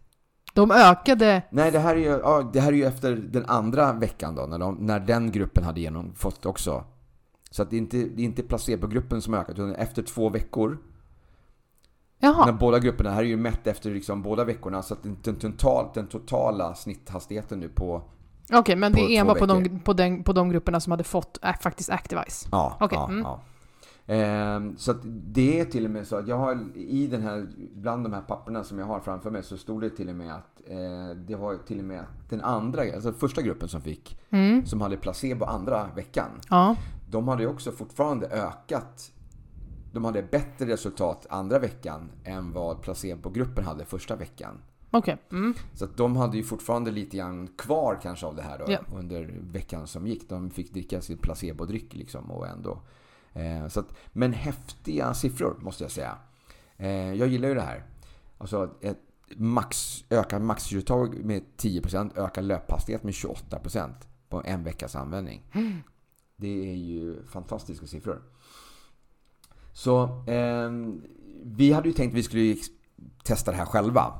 B: de ökade...
A: Nej, det här, är ju, ja, det här är ju efter den andra veckan då, när, de, när den gruppen hade genom, fått också. Så att det är inte, det är inte placebogruppen som har ökat, utan efter två veckor
B: Jaha,
A: När båda grupperna, här är ju mätt efter liksom båda veckorna så att den, den, total, den totala snitthastigheten nu på...
B: okej, men
A: på
B: det
A: två
B: är enbart på
A: veckor.
B: de, på, den, på de grupperna som hade fått äh, faktiskt Activise.
A: Ja,
B: Okej,
A: ja,
B: mm.
A: ja. Ehm, så att det är till och med så att jag har i den här, bland de här papperna som jag har framför mig så stod det till och med att eh, det var till och med att den andra, alltså första gruppen som fick,
B: Mm.
A: som hade placebo andra veckan,
B: Ja,
A: de hade ju också fortfarande ökat de hade bättre resultat andra veckan än vad placebogruppen hade första veckan.
B: okej. Mm.
A: Så att de hade ju fortfarande lite grann kvar kanske av det här då,
B: Ja.
A: under veckan som gick. De fick dricka sin placebodryck liksom och ändå. Eh, så att, men häftiga siffror måste jag säga. Eh, jag gillar ju det här. Alltså ett max, ökar maxuttag med 10%, ökar löphastighet med 28% på en veckas användning.
B: Mm.
A: Det är ju fantastiska siffror. Så eh, vi hade ju tänkt att vi skulle ju ex- testa det här själva.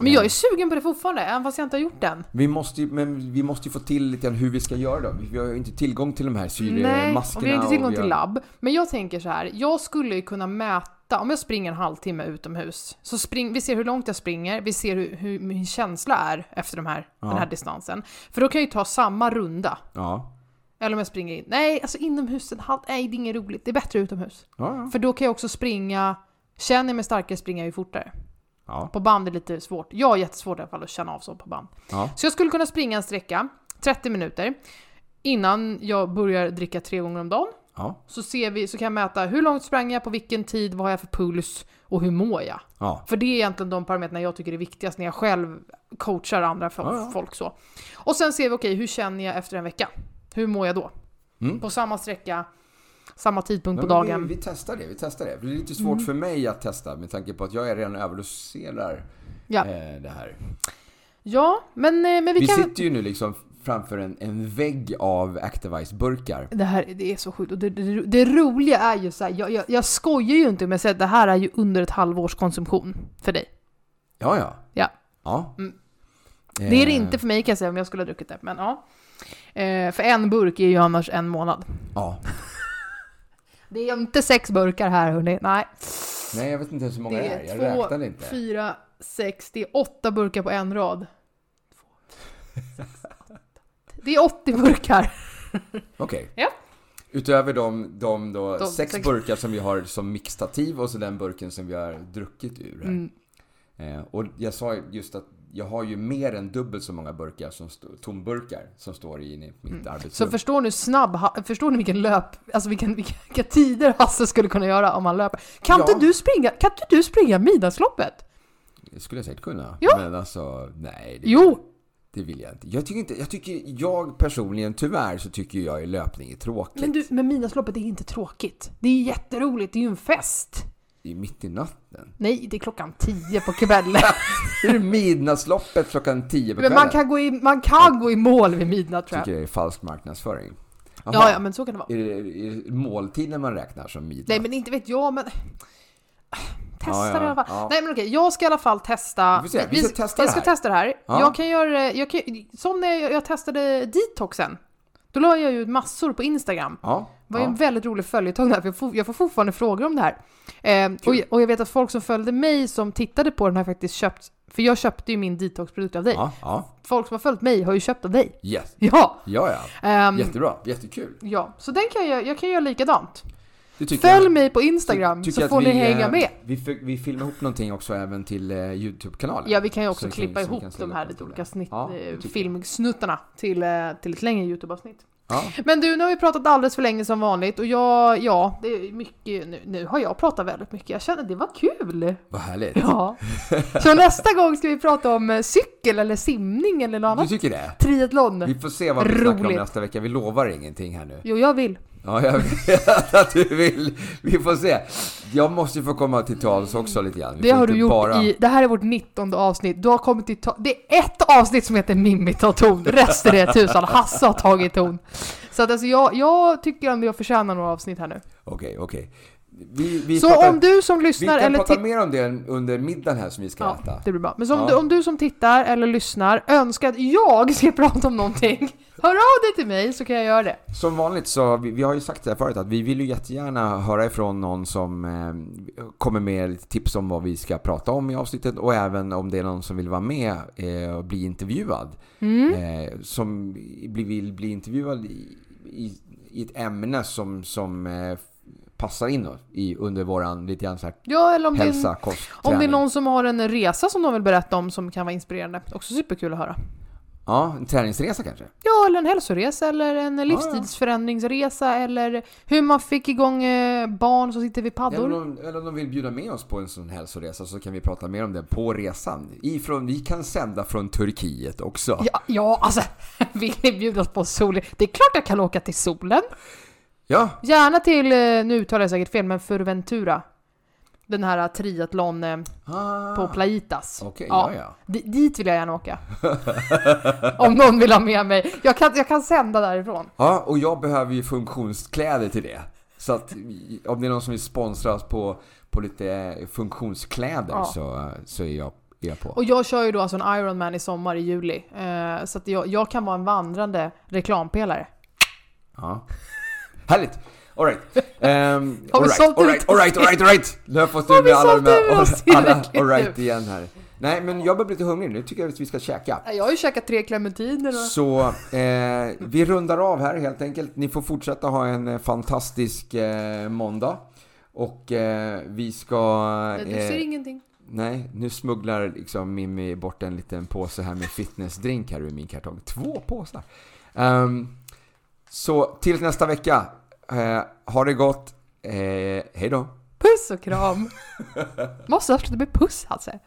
B: Men jag är sugen på det fortfarande, även fast jag inte har gjort den.
A: Vi måste, ju, men vi måste ju få till lite grann hur vi ska göra då. Vi har ju inte tillgång till de här
B: Nej,
A: syremaskerna.
B: och vi har inte tillgång
A: och vi har-
B: till labb. Men jag tänker så här, jag skulle ju kunna mäta, om jag springer en halvtimme utomhus, så spring, vi ser hur långt jag springer, vi ser hur, hur min känsla är efter de här,
A: Ja.
B: den här distansen. För då kan jag ju ta samma runda.
A: Ja.
B: Eller om jag springer in. Nej, alltså inomhus, en halv, nej det är inget roligt, det är bättre utomhus.
A: Ja, ja.
B: För då kan jag också springa, känner jag mig starkare springer jag ju fortare.
A: ja.
B: På band är det lite svårt, jag har jättesvårt i alla fall att känna av så på band.
A: ja.
B: Så jag skulle kunna springa en sträcka, 30 minuter, innan jag börjar dricka tre gånger om dagen.
A: ja.
B: Så, ser vi, så kan jag mäta hur långt sprang jag, på vilken tid, vad har jag för puls och hur mår jag?
A: ja.
B: För det är egentligen de parametrarna jag tycker är viktigast när jag själv coachar andra fo-
A: Ja, ja.
B: folk så. Och sen ser vi, okej, hur känner jag efter en vecka? Hur mår jag då?
A: Mm.
B: På samma sträcka, samma tidpunkt på
A: Men
B: dagen. Mm.
A: Vi, vi testar det, vi testar det. Det är lite svårt för mig att testa med tanke på att jag är redan överdoserar
B: Ja.
A: eh, det här.
B: Ja, men, eh, men vi,
A: Vi
B: kan...
A: sitter ju nu liksom framför en, en vägg av Activise-burkar.
B: Det här det är så sjukt. Och det, det, det roliga är ju så här, jag, jag, jag skojar ju inte om jag säger att det här är ju under ett halvårs konsumtion för dig.
A: Ja, ja.
B: Ja.
A: ja.
B: Mm. Det är
A: Eh,
B: det inte för mig kan jag säga om jag skulle ha druckit det, men ja. Eh, för en burk är ju annars en månad.
A: Ja.
B: Det är inte sex burkar här hörni, nej.
A: Nej, jag vet inte hur många det är. Jag
B: det är
A: räknade
B: två,
A: inte.
B: fyra, sex, det är åtta burkar på en rad. Två, sex, åtta. Det är 80 burkar.
A: Okej.
B: Ja.
A: Utöver de, de, då
B: De
A: sex
B: sex-
A: burkar som vi har som mixtativ och så den burken som vi har druckit ur. Här.
B: Mm.
A: Eh, och jag sa ju just att jag har ju mer än dubbelt så många burkar som stå, tomburkar som står i ni- mitt
B: Mm. Så
A: arbetsrum.
B: förstår ni, hur snabb, ha- förstår ni vilken löp, alltså vilken, vilka, vilka tider Hasse skulle kunna göra om han löper? Kan,
A: Ja.
B: inte, du springa, kan inte du springa Middagsloppet?
A: Det skulle jag säkert kunna.
B: Ja.
A: Men alltså, nej. Det,
B: Jo!
A: Det vill jag inte. Jag tycker inte, jag tycker, jag personligen tyvärr så tycker jag ju löpning är tråkigt.
B: Men, du, men Middagsloppet är inte tråkigt. Det är jätteroligt, det är ju en fest.
A: Det är mitt i natten.
B: Nej, det är klockan 10 på kvällen.
A: Det är midnattsloppet klockan 10 på
B: men
A: kvällen.
B: man kan, gå i, man kan gå i mål vid midnatt tror jag.
A: tycker jag är falsk marknadsföring. Jaha.
B: Ja, ja, men så kan det vara.
A: Är det, är det måltiden man räknar som midnatt?
B: Nej, men inte vet jag, men... Testa
A: Ja, ja,
B: det i alla fall.
A: ja.
B: Nej, men okej, jag ska i alla fall testa...
A: Vi får se, vi ska testa
B: jag
A: det
B: ska
A: här.
B: testa det här.
A: Ja.
B: Jag kan göra... Jag kan, som när jag, jag testade detoxen. Då la jag ju ut massor på Instagram.
A: Ja,
B: var ju en väldigt rolig följetong där, för jag får, jag får fortfarande frågor om det här. Eh, och, jag- och jag vet att folk som följde mig som tittade på den har faktiskt köpt, för jag köpte ju min detoxprodukt av dig.
A: Ja, ja.
B: Folk som har följt mig har ju köpt av dig.
A: Yes.
B: Ja!
A: Ja, ja.
B: Ehm,
A: Jättebra. Jättekul.
B: ja. Så den kan jag, jag kan göra likadant.
A: Det tycker
B: Följ
A: jag.
B: mig på Instagram
A: Ty- tycker
B: så
A: jag
B: får
A: att
B: ni
A: vi,
B: hänga
A: eh,
B: med.
A: Vi, fi- vi filmar ihop någonting också även till eh, Youtube-kanalen.
B: Ja, vi kan ju också
A: Så vi kan-
B: klippa
A: så vi kan
B: ihop
A: slänga
B: de
A: upp
B: här
A: en
B: lite
A: stor
B: olika
A: där.
B: snitt,
A: Ja,
B: eh,
A: det tycker jag.
B: filmsnuttarna till, eh, till ett längre YouTube-avsnitt.
A: Ja.
B: Men du, nu har vi pratat alldeles för länge som vanligt och jag, ja, det är mycket, nu, nu har jag pratat väldigt mycket. Jag känner det var kul!
A: Vad härligt.
B: Ja. Så nästa gång ska vi prata om eh, cykel eller simning eller något
A: Du
B: annat.
A: tycker det? Vi
B: Triathlon.
A: får se vad vi snackar om
B: Roligt.
A: nästa vecka. Vi lovar ingenting här nu.
B: Jo, jag vill.
A: Ja, jag vet att du vill. Vi får se. Jag måste ju få komma till tals också lite grann. Vi
B: Det
A: får
B: har du
A: inte
B: gjort
A: bara-
B: i, det här är vårt 19 avsnitt. Du har kommit till, ta- det är ett avsnitt som heter Mimmi tar ton, resten är tusan, Hasse har tagit ton. Så att alltså jag, jag tycker ändå jag förtjänar några avsnitt här nu.
A: Okej, okej. Vi, vi
B: så
A: pratar-
B: om du som
A: Vi
B: lyssnar
A: kan
B: eller
A: prata
B: ti-
A: mer om det under middagen här som vi ska
B: Ja,
A: äta.
B: det blir bra. Men så om,
A: Ja.
B: du, om du som tittar eller lyssnar önskar att jag ska prata om någonting, hör av dig till mig så kan jag göra det.
A: Som vanligt så, har vi, vi har ju sagt det här förut, att vi vill ju jättegärna höra ifrån någon som eh, kommer med lite tips om vad vi ska prata om i avsnittet och även om det är någon som vill vara med eh, och bli intervjuad.
B: Mm.
A: Eh, som bli, vill bli intervjuad i, i, i ett ämne som, som eh, passar in då i, under våran lite grann så här
B: Ja, eller om det, är, en-
A: hälsa, kost,
B: om det är
A: träning.
B: någon som har en resa som de vill berätta om som kan vara inspirerande. Också superkul att höra.
A: Ja, en träningsresa kanske?
B: Ja, eller en hälsoresa eller en
A: Ah,
B: livsstilsförändringsresa eller hur man fick igång eh, barn som sitter vid
A: Eller om,
B: paddor.
A: de, eller om de vill bjuda med oss på en sån hälsoresa så kan vi prata mer om det på resan. Ifrån, vi kan sända från Turkiet också.
B: Ja, ja alltså, vill ni bjudas på sol? Det är klart jag kan åka till solen.
A: Ja,
B: Gärna till, eh, nu uttalar jag säkert fel, men Fuerventura. Den här eh, triathlon eh,
A: Ah,
B: på Playitas.
A: Okej,
B: Ja.
A: ja. ja
B: Di- dit vill jag gärna åka. Om någon vill ha med mig. Jag kan, jag kan sända därifrån.
A: ja. och jag behöver ju funktionskläder till det. Så att om det är någon som vill sponsra oss på, på lite eh, funktionskläder
B: Ja.
A: så, eh, så är jag, är jag på.
B: Och jag kör ju då alltså en Ironman i sommar i juli. Eh, så att jag, jag kan vara en vandrande reklampelare.
A: Ja. Härligt! Alright. Um,
B: Har vi sålt
A: alright,
B: ut
A: alright, alright,
B: oss?
A: alright, alright! Nu har jag fått
B: Har
A: ur
B: vi
A: mig alla
B: sålt
A: de
B: ur oss
A: här, alla
B: tillräckligt
A: alright igen här. Nej, men jag börjar bli lite hungrig nu. tycker jag att vi ska käka.
B: Nej, Jag har ju käkat tre clementiner och...
A: Så eh, vi rundar av här helt enkelt. Ni får fortsätta ha en eh, fantastisk eh, måndag. Och eh, vi ska...
B: Nej, Du
A: Eh,
B: ser ingenting.
A: nej, nu smugglar liksom Mimmi bort en liten påse här med fitnessdrink här ur min kartong. Två påsar! Ehm, så till nästa vecka. Eh, ha det gott. Eh, hej då!
B: Puss och kram! Måste avsluta med puss, Hasse.